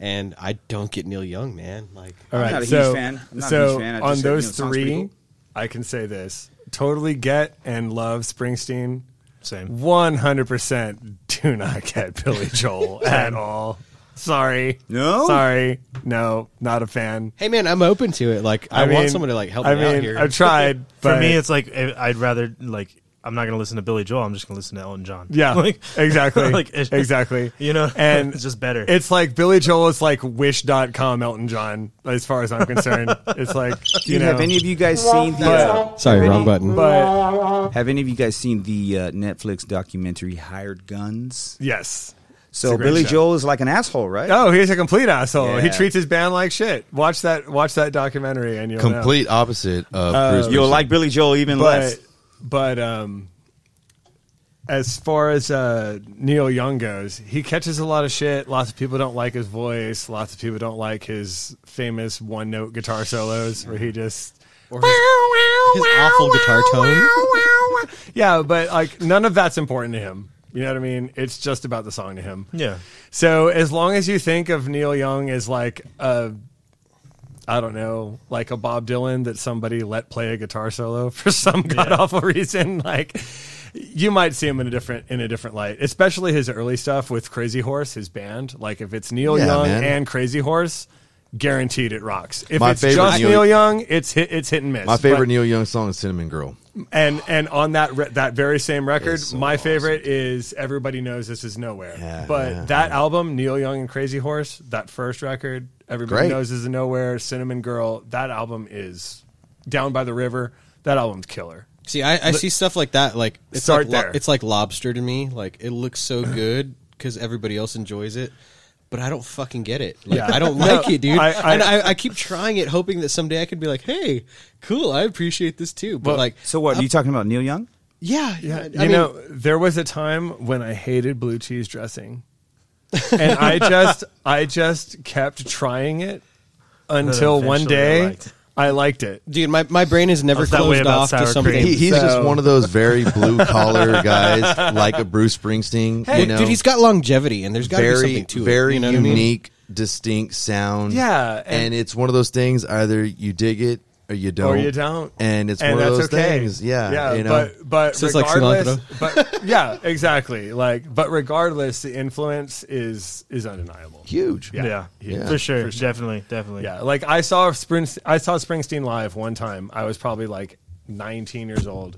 and I don't get Neil Young, man. Like, All I'm right, not a so, huge fan. I'm not a so huge fan. I on just- you know, those it sounds pretty three, cool. I can say this: totally get and love Springsteen. Same. One hundred percent. Do not get Billy Joel at all. Sorry. No? Sorry. No. Not a fan. hey, man, I'm open to it. Like, I, mean- want someone to like help I me mean, out here. I've tried. But For me, it's like I- I'd rather like I'm not gonna listen to Billy Joel. I'm just gonna listen to Elton John. Yeah, Like- exactly. like, it's- exactly. You know, and it's just better. It's like Billy Joel is like wish.com Elton John, as far as I'm concerned. it's like, Do you know, have any of you guys seen the? Uh, Sorry, have wrong any- button. but Have any of you guys seen the uh, Netflix documentary "Hired Guns"? yes. So great Billy show. Joel is like an asshole, right? Oh, he's a complete asshole. He Yeah. treats his band like shit. Watch that. Watch that documentary, and you'll know. Complete opposite of Bruce. You'll Springsteen. like Billy Joel even less. But but um, as far as uh, Neil Young goes, he catches a lot of shit. Lots of people don't like his voice. Lots of people don't like his famous one note guitar solos where he just Or his, his awful guitar tone. Yeah, but like none of that's important to him. You know what I mean? It's just about the song to him. yeah. So as long as you think of Neil Young as like a I don't know, like a Bob Dylan that somebody let play a guitar solo for some god awful reason, like you might see him in a different in a different light, especially his early stuff with Crazy Horse, his band. Like if it's Neil Yeah, Young man. and Crazy Horse, guaranteed it rocks. If My it's favorite just Neil- Neil, Young, it's hit it's hit and miss. My favorite But- Neil Young song is Cinnamon Girl. and and on that re- that very same record, It's so my awesome. favorite is "Everybody Knows This Is Nowhere." Yeah, but yeah, that album, Neil Young and Crazy Horse, that first record, Great. "Everybody Knows This Is Nowhere," "Cinnamon Girl," that album is "Down by the River." That album's killer. See, I, I see stuff like that. Like it's Start like, lo- there. It's like lobster to me. Like it looks so good because everybody else enjoys it, but I don't fucking get it. Like Yeah. I don't No, like it, dude. I- I- and I, I keep trying it, hoping that someday I could be like, "Hey, cool, I appreciate this too." But like, Uh, So what? Are you talking about Neil Young? Yeah, Yeah, I you mean, know, there was a time when I hated blue cheese dressing, and I just, I just kept trying it until one eventually I day liked it. I liked it. dude, my, my brain is never was that way closed about off to sour something. cream. He, he's just So- one of those very blue collar guys, like a Bruce Springsteen. Hey, you know, dude, he's got longevity, and there's got to be very, something to very it. You know what I mean? unique, distinct sound. Yeah, and, and- it's one of those things. Either you dig it or you don't, Or you don't, and it's and one of those that's okay. things. Yeah, yeah, you know, but but So it's like regardless, cilantro. but yeah, exactly. Like, but regardless, the influence is is undeniable. huge. Yeah, Yeah, huge. for sure, definitely, definitely. Yeah, like I saw Spring, I saw Springsteen live one time. I was probably like 19 years old.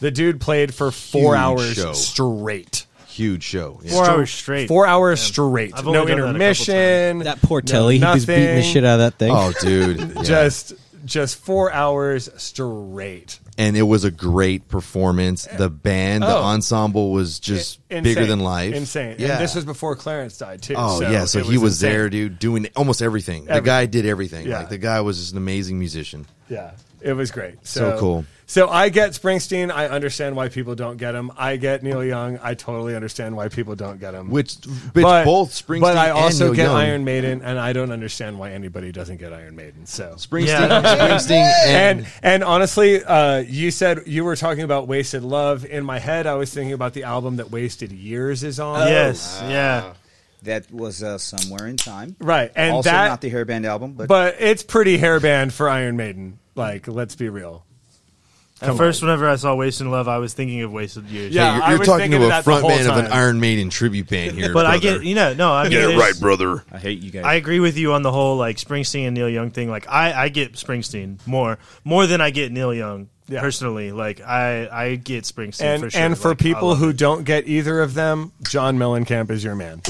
The dude played for four Huge hours show. straight. huge show. Yeah. Four hours straight. Four hours straight. I've only done No that a couple intermission. That poor Telly, no he was beating the nothing. shit out of that thing. Oh, dude, yeah. Just just four hours straight. and it was a great performance. The band, the Oh. ensemble was just Insane. bigger than life. Insane. Yeah. And this was before Clarence died too. Oh yeah, so it he was insane. there, dude, doing almost everything. The Everything. guy did everything. Yeah. Like the guy was just an amazing musician. Yeah, it was great. So So, cool. So I get Springsteen. I understand why people don't get him. I get Neil Young. I totally understand why people don't get him. Which, which both Springsteen But I and also Neil get Young- Iron Maiden, and I don't understand why anybody doesn't get Iron Maiden. So Springsteen, Yeah. Springsteen, and, and and honestly, uh, you said you were talking about Wasted Love. In my head, I was thinking about the album that Wasted Years is on. Yes. Yeah. That was uh, somewhere in time. Right, and also that- not the hairband album, but, but it's pretty hairband for Iron Maiden. Like, let's be real. At first, whenever I saw "Wasted Love," I was thinking of "Wasted Years." Yeah. Hey, you're, I you're was talking thinking to of a that the front whole man of an time. Iron Maiden tribute band here. But I brother. get you know no I mean, Get it there's- right, brother. I hate you guys. I agree with you on the whole like Springsteen and Neil Young thing. Like I, I get Springsteen more more than I get Neil Young Yeah. personally. Like I I get Springsteen and for sure. and for Like, I people love who it. don't get either of them, John Mellencamp is your man.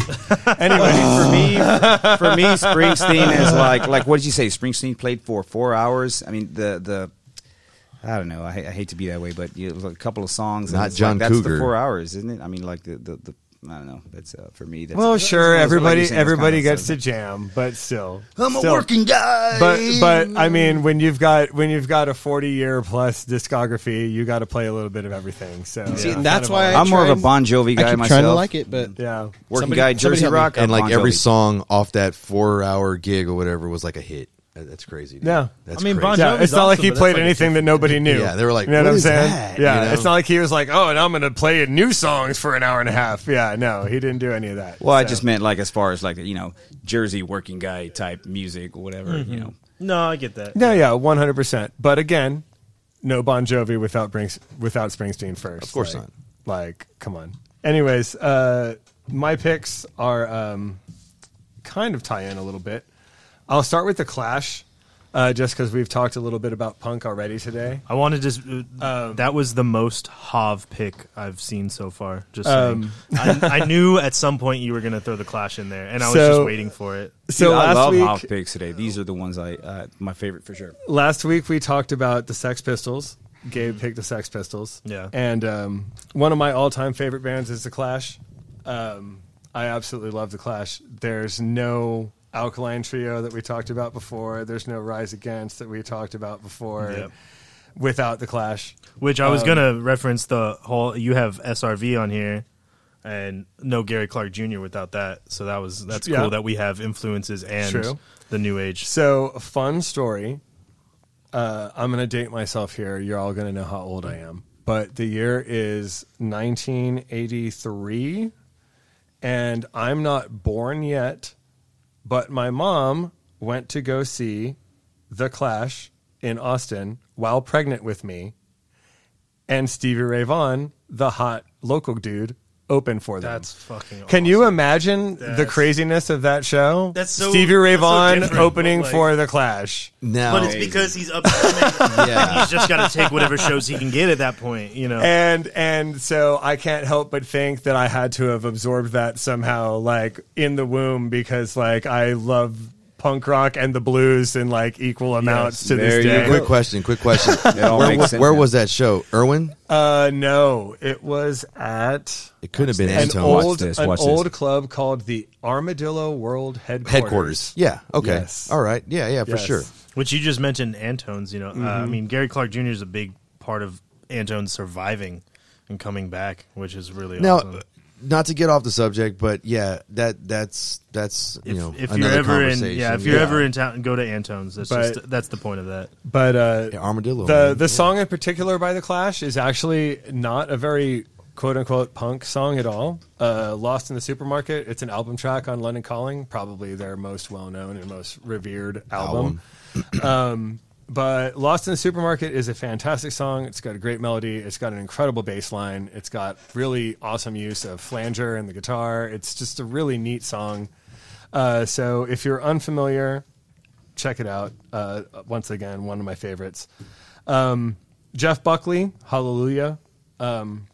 anyway, for me, for me, Springsteen is like like what did you say? Springsteen played for four hours. I mean the the. I don't know. I, I hate to be that way, but you know, a couple of songs. and Not it's like, John that's Cougar. the four hours, isn't it? I mean, like the the, the I don't know. That's uh, for me. That's, well, that's one sure, of those, like everybody you're saying, it's everybody kinda gets to sort jam, but still, I'm a still. working guy. But but I mean, when you've got when you've got a forty year plus discography, you got to play a little bit of everything. So See, yeah. and that's Kind why of of- I'm more of a tried- Bon Jovi I guy keep myself. trying to like it, but all- yeah. Working Somebody- guy, somebody Jersey help me. Rock, and uh, like Bon every Jovi. song off that four hour gig or whatever was like a hit. That- That's crazy. Dude. Yeah. that's I mean, crazy. Bon Yeah, Jovi's it's not like awesome, he but that's played like a anything that nobody knew. Yeah, they were like, you know what, "What I'm is saying? that?" Yeah, You know? it's not like he was like, oh, and I'm going to play new songs for an hour and a half. Yeah, no, he didn't do any of that. Well, I So- just meant like as far as like you know Jersey working guy type music or whatever. Mm-hmm. You know, no I get that No, yeah, one hundred percent. But again, no Bon Jovi without Brings without Springsteen first. Of course like, not. Like, come on. Anyways, uh, my picks are um, kind of tie in a little bit. I'll start with the Clash, uh, just because we've talked a little bit about punk already today. I wanted to. Um, that was the most Hav pick I've seen so far. Just Um, saying. I, I knew at some point you were going to throw the Clash in there, and I was So- just waiting for it. So Dude, I last love week, Hoff picks today. These are the ones I uh, my favorite for sure. last week we talked about the Sex Pistols. Gabe picked the Sex Pistols. Yeah. And um, one of my all time favorite bands is The Clash. Um, I absolutely love The Clash. There's no Alkaline Trio that we talked about before, there's no Rise Against that we talked about before Yep. without The Clash. Which I was Um, going to reference the whole. You have SRV on here, and no Gary Clark Jr. without that. So that was that's Yeah. cool that we have influences and True. the new age. So, fun story. Uh, I'm going to date myself here. You're all going to know how old I am. But the year is 1983, and I'm not born yet. But my mom went to go see The Clash in Austin while pregnant with me, and Stevie Ray Vaughan, the hot local dude, opened for them. That's fucking. Can you imagine the That's- craziness of that show? That's so- Stevie Ray that's so Vaughan different, opening but, like- for the Clash. now, But it's because he's up. he's just got to take whatever shows he can get at that point. You know. And and so I can't help but think that I had to have absorbed that somehow, like in the womb, because like I love punk rock and the blues in like equal amounts to there this you day. go. quick question, quick question. all where makes wa- sense where now. was that show, Irwin? Uh, no, it was at It couldn't have been an Antone. old this, an watch this. old club called the Armadillo World Headquarters. headquarters. Yeah. Okay. Yes. All right. Yeah. Yeah. For Yes. sure. Which you just mentioned, Antones. You know, uh, I mean, Gary Clark Jr. is a big part of Antone surviving and coming back, which is really Now, awesome. not to get off the subject, but yeah, that that's that's you If, know if you're another ever in, conversation. yeah, if you're ever in town, go to Antone's. That's But- just that's the point of that. But uh, Yeah, Armadillo, The man. the song in particular by the Clash is actually not a very quote unquote punk song at all. Uh, Lost in the Supermarket. It's an album track on London Calling, probably their most well known and most revered album. um, but Lost in the Supermarket is a fantastic song. It's got a great melody. It's got an incredible bass line. It's got really awesome use of flanger and the guitar. It's just a really neat song. Uh, so if you're unfamiliar, check it out. Uh, once again, one of my favorites. Um, Jeff Buckley, Hallelujah. Um,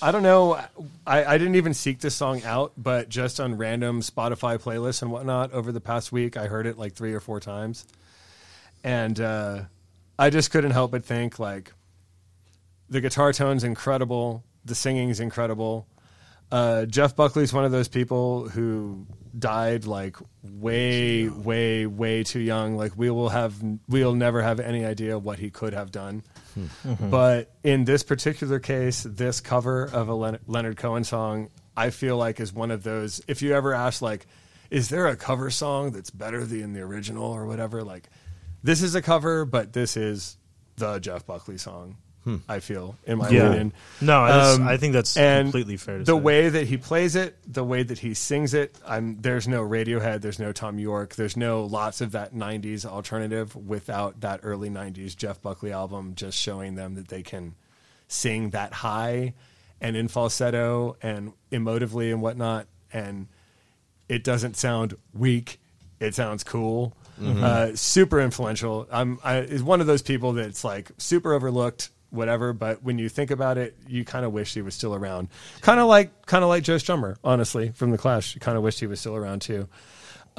I don't know. I, I didn't even seek this song out, but just on random Spotify playlists and whatnot over the past week, I heard it like three or four times. And uh, I just couldn't help but think like the guitar tone's incredible, the singing's incredible. Uh, Jeff Buckley's one of those people who died like way, way, way too young. Like we will have, we'll never have any idea what he could have done. Mm-hmm. But in this particular case, this cover of a Len- Leonard Cohen song, I feel like is one of those. If you ever ask, like, is there a cover song that's better than the original or whatever? Like, this is a cover, but this is the Jeff Buckley song. I feel, in my Yeah. opinion, Um, No, that's- I think that's completely fair to say. the way way that he plays it, the way that he sings it, I'm, there's no Radiohead, there's no Tom York, there's no lots of that 90s alternative without that early 90s Jeff Buckley album just showing them that they can sing that high and in falsetto and emotively and whatnot. And it doesn't sound weak, it sounds cool. Uh, super influential. I'm I, is one of those people that's like super overlooked, whatever. But when you think about it, you kind of wish he was still around. Kind of like kind of like Joe Strummer, honestly, from the Clash. Kind of wished he was still around too.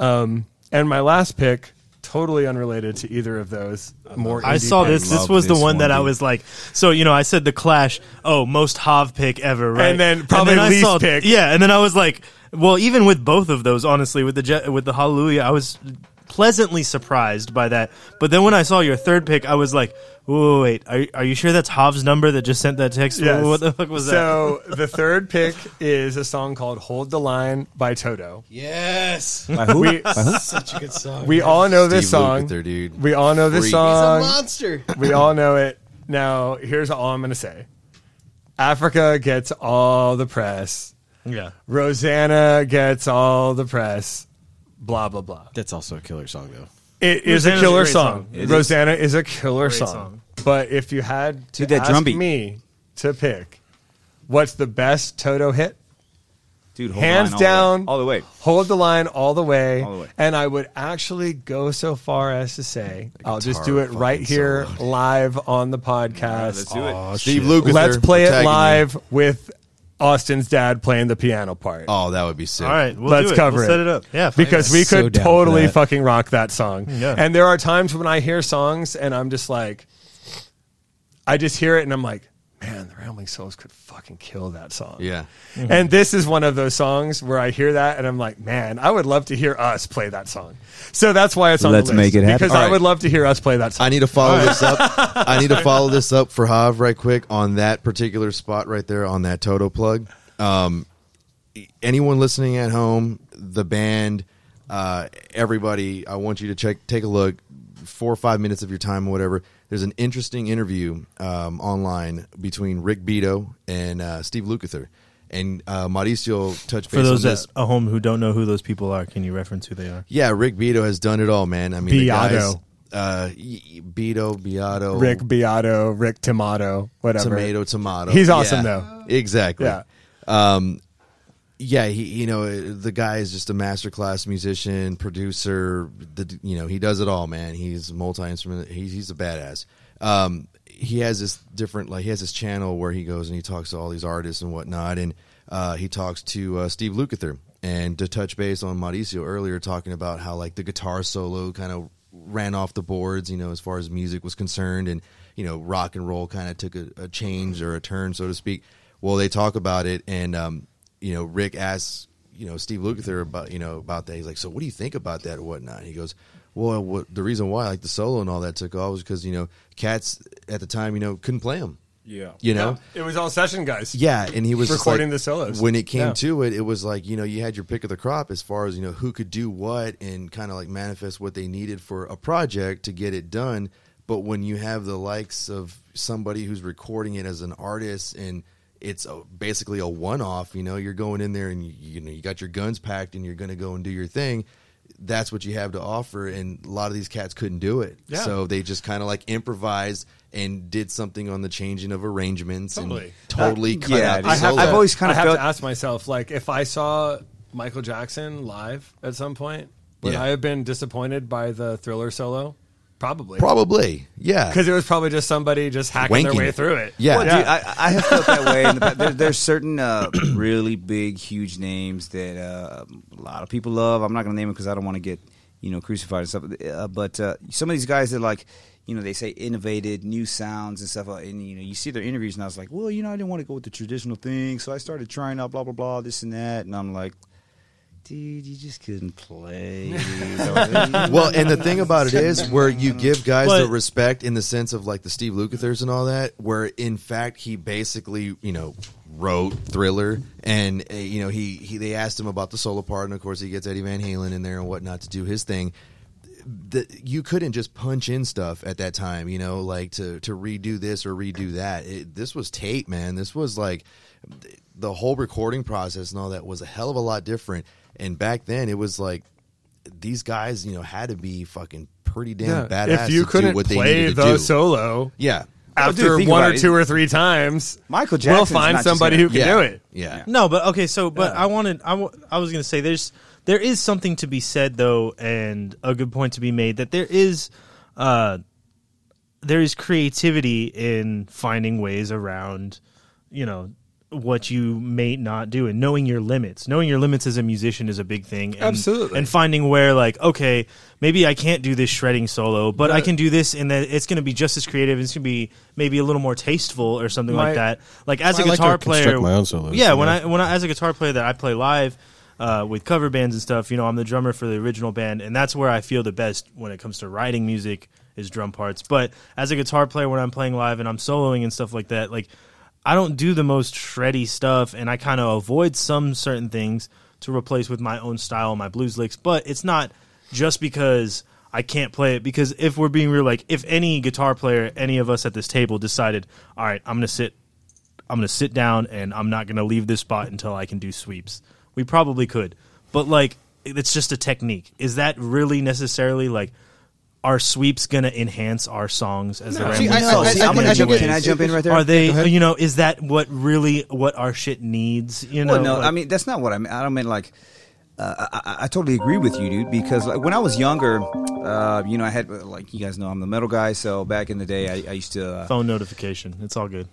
Um, and my last pick, totally unrelated to either of those. More Uh, I indie saw picks. this. This love was the this one that one, I dude. was like, so you know, I said the Clash. Oh, most Hav pick ever, right? And then probably I least pick. Yeah, and then I was like, well, even with both of those, honestly, with the Je- with the Hallelujah, I was pleasantly surprised by that. But then when I saw your third pick, I was like, whoa, wait, are, are you sure that's Hav's number that just sent that text? Yes. What the fuck was that? so the third pick is a song called "Hold the Line" by Toto. Yes. We, Such a good song. we all know this Steve Luke song. with their dude. We all know this Freak. song. monster. we all know it. Now, here's all I'm going to say Africa gets all the press, Yeah. Rosanna gets all the press, blah, blah, blah. That's also a killer song, though. It is Rosanna's a killer a great song. song. Rosanna is a killer Great song. song. But if you had to Dude, that ask drum beat. me to pick what's the best Toto hit, Dude, hold on, hands all the way- down, all the way. hold the line all the way, All the way. and I would actually go so far as to say, I'll just do guitar it right fucking here solo. live on the Let's podcast. do it. Steve Luke. is Let's there. play We're it tagging live with Austin's dad playing the piano part. you. Oh, that would be sick. All right, we'll Let's do it. cover We'll it. Set it up. Yeah, fine. Because we could So down for totally that. fucking rock that song. Yeah. And there are times when I hear songs and I'm just like, I just hear it and I'm like, man, the Rambling Souls could fucking kill that song. Yeah. And this is one of those songs where I hear that and I'm like, man, I would love to hear us play that song. So that's why it's on Let's the make list. it happen. Because I All right. would love to hear us play that song. I need to follow this up. I need to follow this up for Hav right quick on that particular spot right there on that Toto plug. Um, anyone listening at home, the band, uh, everybody, I want you to check take a look. Four or five minutes of your time, or whatever. There's an interesting interview um, online between Rick Beato and uh, Steve Lukather, and uh, Mauricio touched base for those on at this. home who don't know who those people are, can you reference who they are? Yeah, Rick Beato has done it all, man. I mean, the guys, Beato. uh, y- y- Beato, Beato, Rick Beato, Rick Tomato, whatever. tomato tomato He's awesome, Yeah. though. exactly Yeah. yeah yeah he you know uh, the guy is just a masterclass musician producer the, you know he does it all man he's multi-instrument he, he's a badass um he has this different like he has this channel where he goes and he talks to all these artists and whatnot and uh, he talks to uh, Steve Lukather and to touch base on Mauricio earlier talking about how like the guitar solo kind of ran off the boards, you know, as far as music was concerned, and you know, rock and roll kind of took a, a change or a turn, so to speak. Well, they talk about it, and um, you know, Rick asks, you know, Steve Lukather about you know about that. He's like, so what do you think about that or whatnot? And he goes, well, what, the reason why like the solo and all that took off was because you know, cats at the time, you know, couldn't play them. Yeah. you know? It was all session guys. Yeah, and he was just Recording like- the solos. When it came Yeah. to it, it was like you know you had your pick of the crop as far as you know who could do what and kind of like manifest what they needed for a project to get it done. But when you have the likes of somebody who's recording it as an artist and it's a, basically a one-off, you know, you're going in there and you, you know you got your guns packed and you're going to go and do your thing. That's what you have to offer, and a lot of these cats couldn't do it. Yeah. So they just kind of like improvised and did something on the changing of arrangements and Totally. totally cut yeah, out. I the have- solo. I've always kind I of have felt to ask myself, like, if I saw Michael Jackson live at some point, would Yeah. I have been disappointed by the Thriller solo? Probably, Probably, yeah. because it was probably just somebody just hacking Wanking their way it. through it. Yeah. Well, dude, I, I have felt that way. In the, past. there, there's certain uh, really big, huge names that uh, a lot of people love. I'm not going to name them because I don't want to get you know crucified and stuff. Uh, but uh, some of these guys that like. You know, they say innovated new sounds and stuff, like- and you know, you see their interviews, and I was like, well, you know, I didn't want to go with the traditional thing, so I started trying out blah blah blah, this and that, and I'm like, dude, you just couldn't play. well, and the thing about it is where you give guys the But- respect in the sense of like the Steve Lukather's and all that, where in fact he basically, you know, wrote Thriller and uh, you know, he, he they asked him about the solo part and of course he gets Eddie Van Halen in there and whatnot to do his thing. The, you couldn't just punch in stuff at that time, you know, like to to redo this or redo that. It, this was tape, man. This was like the whole recording process and all that was a hell of a lot different. And back then, it was like these guys, you know, had to be fucking pretty damn badass if you to couldn't do what they play needed to the do. Oh, solo, yeah, after think one about or it. two or three times, Michael we'll Jackson's find not just somebody gonna- who can yeah, do it. Yeah, No, but okay, so but I wanted I wa- I was going to say there's there is something to be said though and a good point to be made that there is uh there is creativity in finding ways around, you know, what you may not do and knowing your limits. Knowing your limits as a musician is a big thing. And, Absolutely. And finding where like, okay, maybe I can't do this shredding solo, but I can do this and that it's going to be just as creative. It's going to be maybe a little more tasteful or something My- like that. Like as a I like to guitar construct player, my own solos, yeah, you when know? I when I as a guitar player that I play live uh, with cover bands and stuff, you know, I'm the drummer for the original band, and that's where I feel the best when it comes to writing music is drum parts. But as a guitar player, when I'm playing live and I'm soloing and stuff like that, like I don't do the most shreddy stuff, and I kind of avoid some certain things to replace with my own style, my blues licks. But it's not just because I can't play it. Because if we're being real, like if any guitar player, any of us at this table decided, all right, I'm gonna sit I'm going to sit down and I'm not going to leave this spot until I can do sweeps. We probably could. But like it's just a technique. Is that really necessarily like are sweeps going to enhance our songs as the See, Ramblin' I- I- Souls? I- I in think- any I think way? Can I jump in right there? Are they Go ahead. you know is that what really what our shit needs, you know? Well, no, Like- I mean that's not what I mean. I don't mean like. Uh, I, I- I totally agree with you, dude. Because like, when I was younger, uh, you know, I had like you guys know I'm the metal guy. So back in the day, I, I used to. Uh, phone notification. It's all good.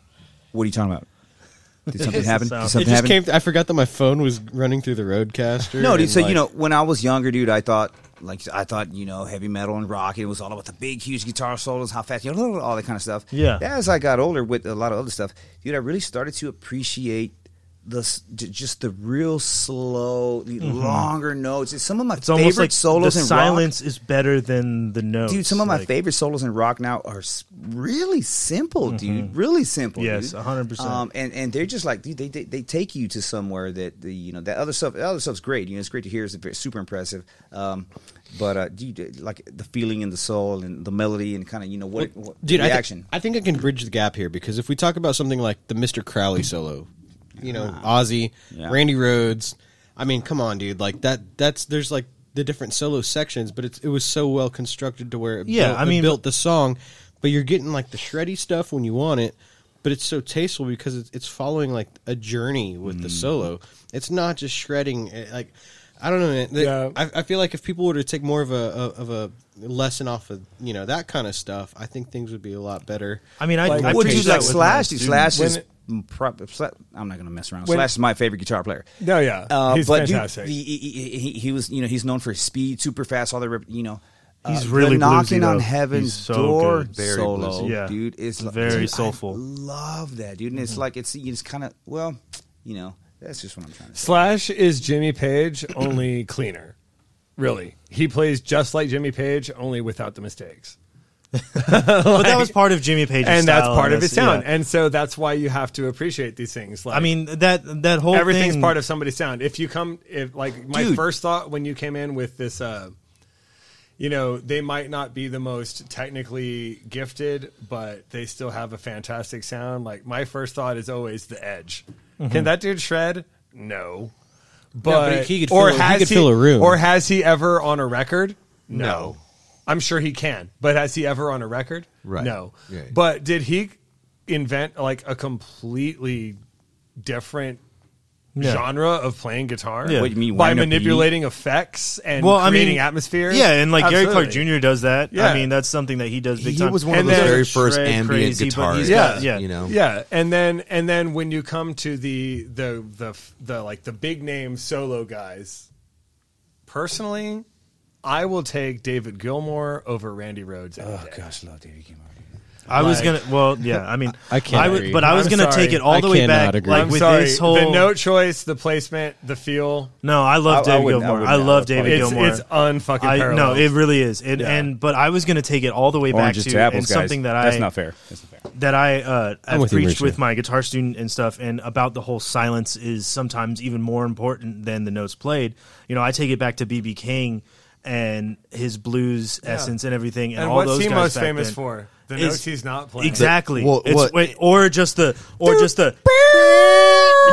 what are you talking about? Did something It's happen? the Did sound. something It just happen? came. I forgot that my phone was running through the roadcaster. No, dude. and, So like, you know, when I was younger, dude, I thought like I thought you know heavy metal and rock. It was all about the big, huge guitar solos, how fast you know, all that kind of stuff. Yeah. As I got older, with a lot of other stuff, dude, I really started to appreciate the s- j- just the real slow, the longer notes. It's Some of my Mm-hmm. It's favorite almost like solos the in silence is better than the notes. rock. Dude, some of my Like, favorite solos in rock now are s- really simple, dude. Really simple. Mm-hmm. Yes, dude. 100%. Um, and and they're just like dude, they, they they take you to somewhere that the you know that other stuff the other stuff's great. You know, it's great to hear. It's very- super impressive. Um, but uh, dude, like the feeling in the soul and the melody and kind of you know what, Well, what dude, I, thi- reaction. I think I can bridge the gap here because if we talk about something like the Mr. Crowley solo, you know, Ozzy, Yeah. Randy Rhodes, I mean, come on, dude, like that. That's there's like the different solo sections, but it's, it was so well constructed to where it Yeah, built, I it mean- built the song, but you're getting like the shreddy stuff when you want it. But it's so tasteful because it's, it's following like a journey with the solo. It's not just shredding. eh, Like I don't know. man. The- Yeah. I, I feel like if people were to take more of a, a of a lesson off of you know that kind of stuff, I think things would be a lot better. I mean, I, Like, I Well, preach dude, that like with Slash, my dude, students. Slash When is. it- pro- Sla- I'm not going to mess around. When- Slash is my favorite guitar player. No, Oh, yeah. Uh, He's but fantastic. Dude, he, he, he, he was, you know, he's known for his speed, super fast, all the, rip- you know. uh, He's the really bluesy, knocking on though. heaven's He's so door good. Very solo, bluesy. Yeah. dude. It's like- Very dude, I soulful. Mm-hmm. love that, dude. And it's like it's it's kind of well, you know, that's just what I'm trying to. say. Slash is Jimmy Page only cleaner. Really, he plays just like Jimmy Page, only without the mistakes. but that was part of Jimmy Page's and that's style, part I of his guess, sound. yeah. And so that's why you have to appreciate these things. Like, I mean that that whole everything's thing, part of somebody's sound. If you come, if like my Dude. first thought when you came in with this, uh, you know, they might not be the most technically gifted, but they still have a fantastic sound. Like my first thought is always the edge. Can that dude shred? No. But, Mm-hmm. but he could or fill a- he has could fill a room. Or has he ever on a record? No. I'm sure he can, but has he ever on a record? Right. No. Yeah. But did he invent like a completely different Yeah. genre of playing guitar Yeah. What, you mean, by wind up manipulating effects and creating atmosphere. Yeah, and like Gary Clark Absolutely. Jr. does that. Yeah. I mean, that's something that he does big He time. was one of And those then- very first Shred ambient crazy, but guitarists. he's got- yeah. you know. Yeah, and then and then when you come to the the the the like the big name solo guys, personally, I will take David Gilmour over Randy Rhodes. any day. gosh, love David Gilmour. I was Like- gonna. Well, yeah. I mean, I can't would- agree. but I was I'm gonna sorry. take it all I the way cannot back. agree. Like I'm with sorry, this whole the note choice, the placement, the feel. No, I love I- I David wouldn't- I Gilmore. wouldn't I have love it. David It's Gilmore. it's unfucking I parallel. no, it really is. It, Yeah. And but I was gonna take it all the way back Oranges to, to apples, and guys. something that that's I not fair. That's not fair. that I uh, I've with you, preached Mauricio. with my guitar student and stuff, and about the whole silence is sometimes even more important than the notes played. You know, I take it back to BB King and his blues essence and everything, and, And all what's those he guys most back famous then. for? The It's- notes he's not playing. Exactly. Well, it's, what- wait, or just the or just the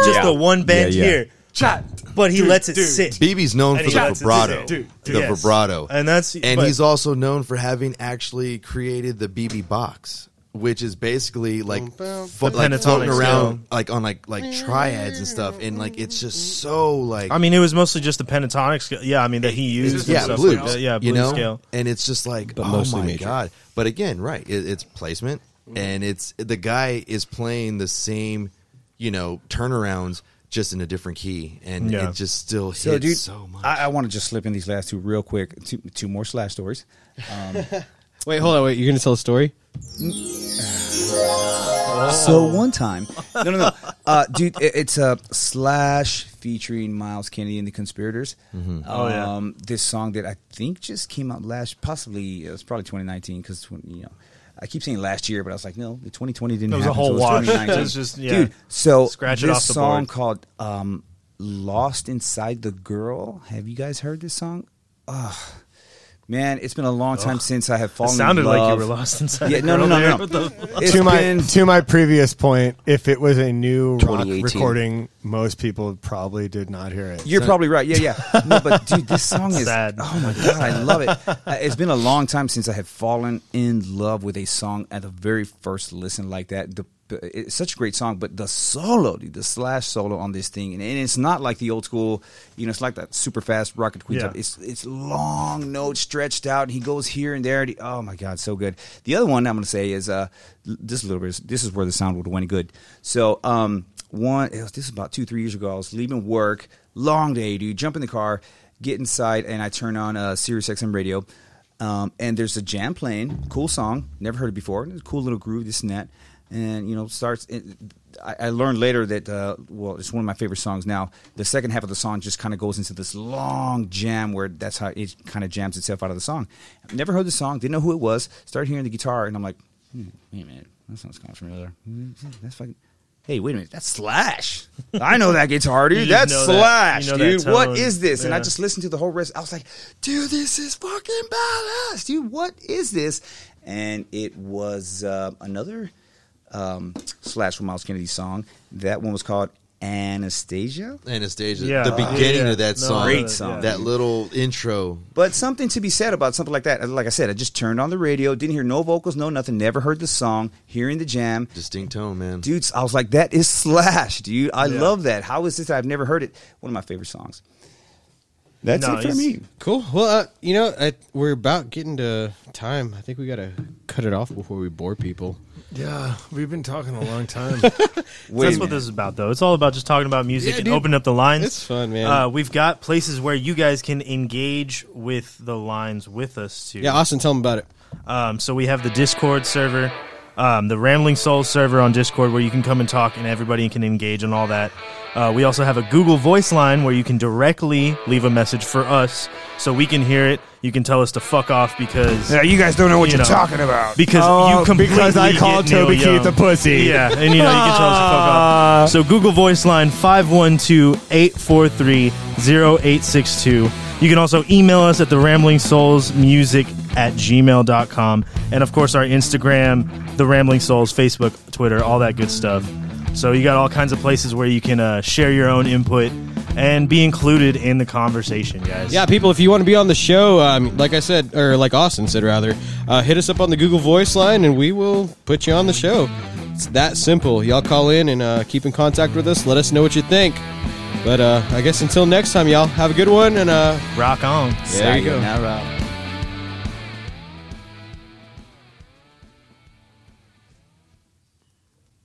just Yeah. the one bend Yeah, yeah. here, Chat. but he Dude, lets it dude. sit. BB's known And for he the cuts it to vibrato, the- dude, dude. the Yes. vibrato, And that's- and but- he's also known for having actually created the BB box, which is basically like, fo- The like pentatonic floating scale. around like on like like triads and stuff, and like it's just so like I mean, it was mostly just the pentatonic scale. Yeah, I mean that he used. just and yeah, stuff blues, like that. yeah, blues you know, scale. and it's just like But oh mostly my major. god. But again, right, it, it's placement, Mm-hmm. and it's the guy is playing the same, you know, turnarounds just in a different key, and Yeah. it just still hits So, dude, so much. I, I want to just slip in these last two real quick. Two, two more slash stories. Wait, hold on. Wait, you're gonna tell a story? So one time, no, no, no, uh, dude, it, it's a slash featuring Miles Kennedy and the Conspirators. Oh, yeah. um, this song that I think just came out last, possibly it was probably 2019 because you know. I keep saying last year, but I was like, no, the 2020 didn't. It was a happen, whole so it's wash. 2019. It was just, yeah. dude. So Scratch it this off the song board. called um, "Lost Inside the Girl." Have you guys heard this song? Ugh. man, it's been a long time since I have It fallen. in sounded like you love. were lost inside. Yeah, the no, no, girl no, there. no, What no. the- It's to my been- to my previous point, if it was a new rock 2018. recording, most people probably did not hear it. You're probably right. Yeah, yeah. No, but dude, this song is Sad. Oh my god, I love it. Uh, It's been a long time since I have fallen in love with a song at the very first listen like that. The, it's such a great song, but the solo, dude, the slash solo on this thing, and, and it's not like the old school. You know, it's like that super fast Rocket Queen. Yeah. type. It's it's long notes stretched out. And he goes here and there. and he- oh my god, so good. The other one I'm going to say is uh, l- this little bit. is- This is where the sound would have went good. So um, one, it was, this is about two three years ago. I was leaving work, long day, dude. Jump in the car, get inside, and I turn on uh, Sirius XM radio. Um, and there's a jam playing, cool song, never heard it before. It's a cool little groove, this and that. And you know, starts. It, I, I learned later that uh, well, it's one of my favorite songs now. The second half of the song just kind of goes into this long jam where that's how it kind of jams itself out of the song. Never heard the song, didn't know who it was. Started hearing the guitar, and I'm like, hmm, wait a minute, that sounds kind of familiar. Hmm, That's fucking. Hey, wait a minute, that's Slash. I know that guitar, dude. You that's know that- you Slash, know that dude. tone. What is this? And I Yeah. just listened to the whole rest. I was like, dude, this is fucking badass, dude. What is this? And it was uh, another um, slash from Miles Kennedy song. That one was called Anastasia. Anastasia, Yeah. the Uh, beginning yeah. of that No, song, Great that- song. that little intro. But something to be said about something like that. Like I said, I just turned on the radio, didn't hear no vocals, no nothing, never heard the song, hearing the jam, Distinct tone, man. dudes i was like that is slash dude i love that how is this i've never heard it one of my favorite songs that's No, it for he's- me Cool. Well, uh, you know, I, we're about getting to time. I think we gotta cut it off before we bore people. Yeah, we've been talking a long time. Wait that's a what minute. this is about, though. It's all about just talking about music Yeah, and dude. opening up the lines. It's fun, man. Uh, we've got places where you guys can engage with the lines with us too. Yeah, Austin, tell them about it. Um, so we have the Discord server. um, the Rambling Souls server on Discord where you can come and talk and everybody can engage and all that. Uh, we also have a Google Voice line where you can directly leave a message for us so we can hear it. You can tell us to fuck off because Yeah, you guys don't know what You you know, are talking about. because Oh, you completely because I called get Neil Toby Keith Young. a pussy. Ah. Yeah, and you know you can tell us to fuck off. So Google Voice line 512-843-0862. You can also email us at the Rambling Souls Music at gmail.com. And of course our Instagram, the Rambling Souls, Facebook, Twitter, all that good stuff. So you got all kinds of places where you can uh, share your own input and be included in the conversation, guys. Yeah, people, if you want to be on the show, um, like I said, or like Austin said, rather, uh, hit us up on the Google Voice line and we will put you on the show. It's that simple. Y'all call in and uh, keep in contact with us. Let us know what you think. But uh, I guess until next time, y'all, have a good one and uh, Rock on. there you go. Sayonara.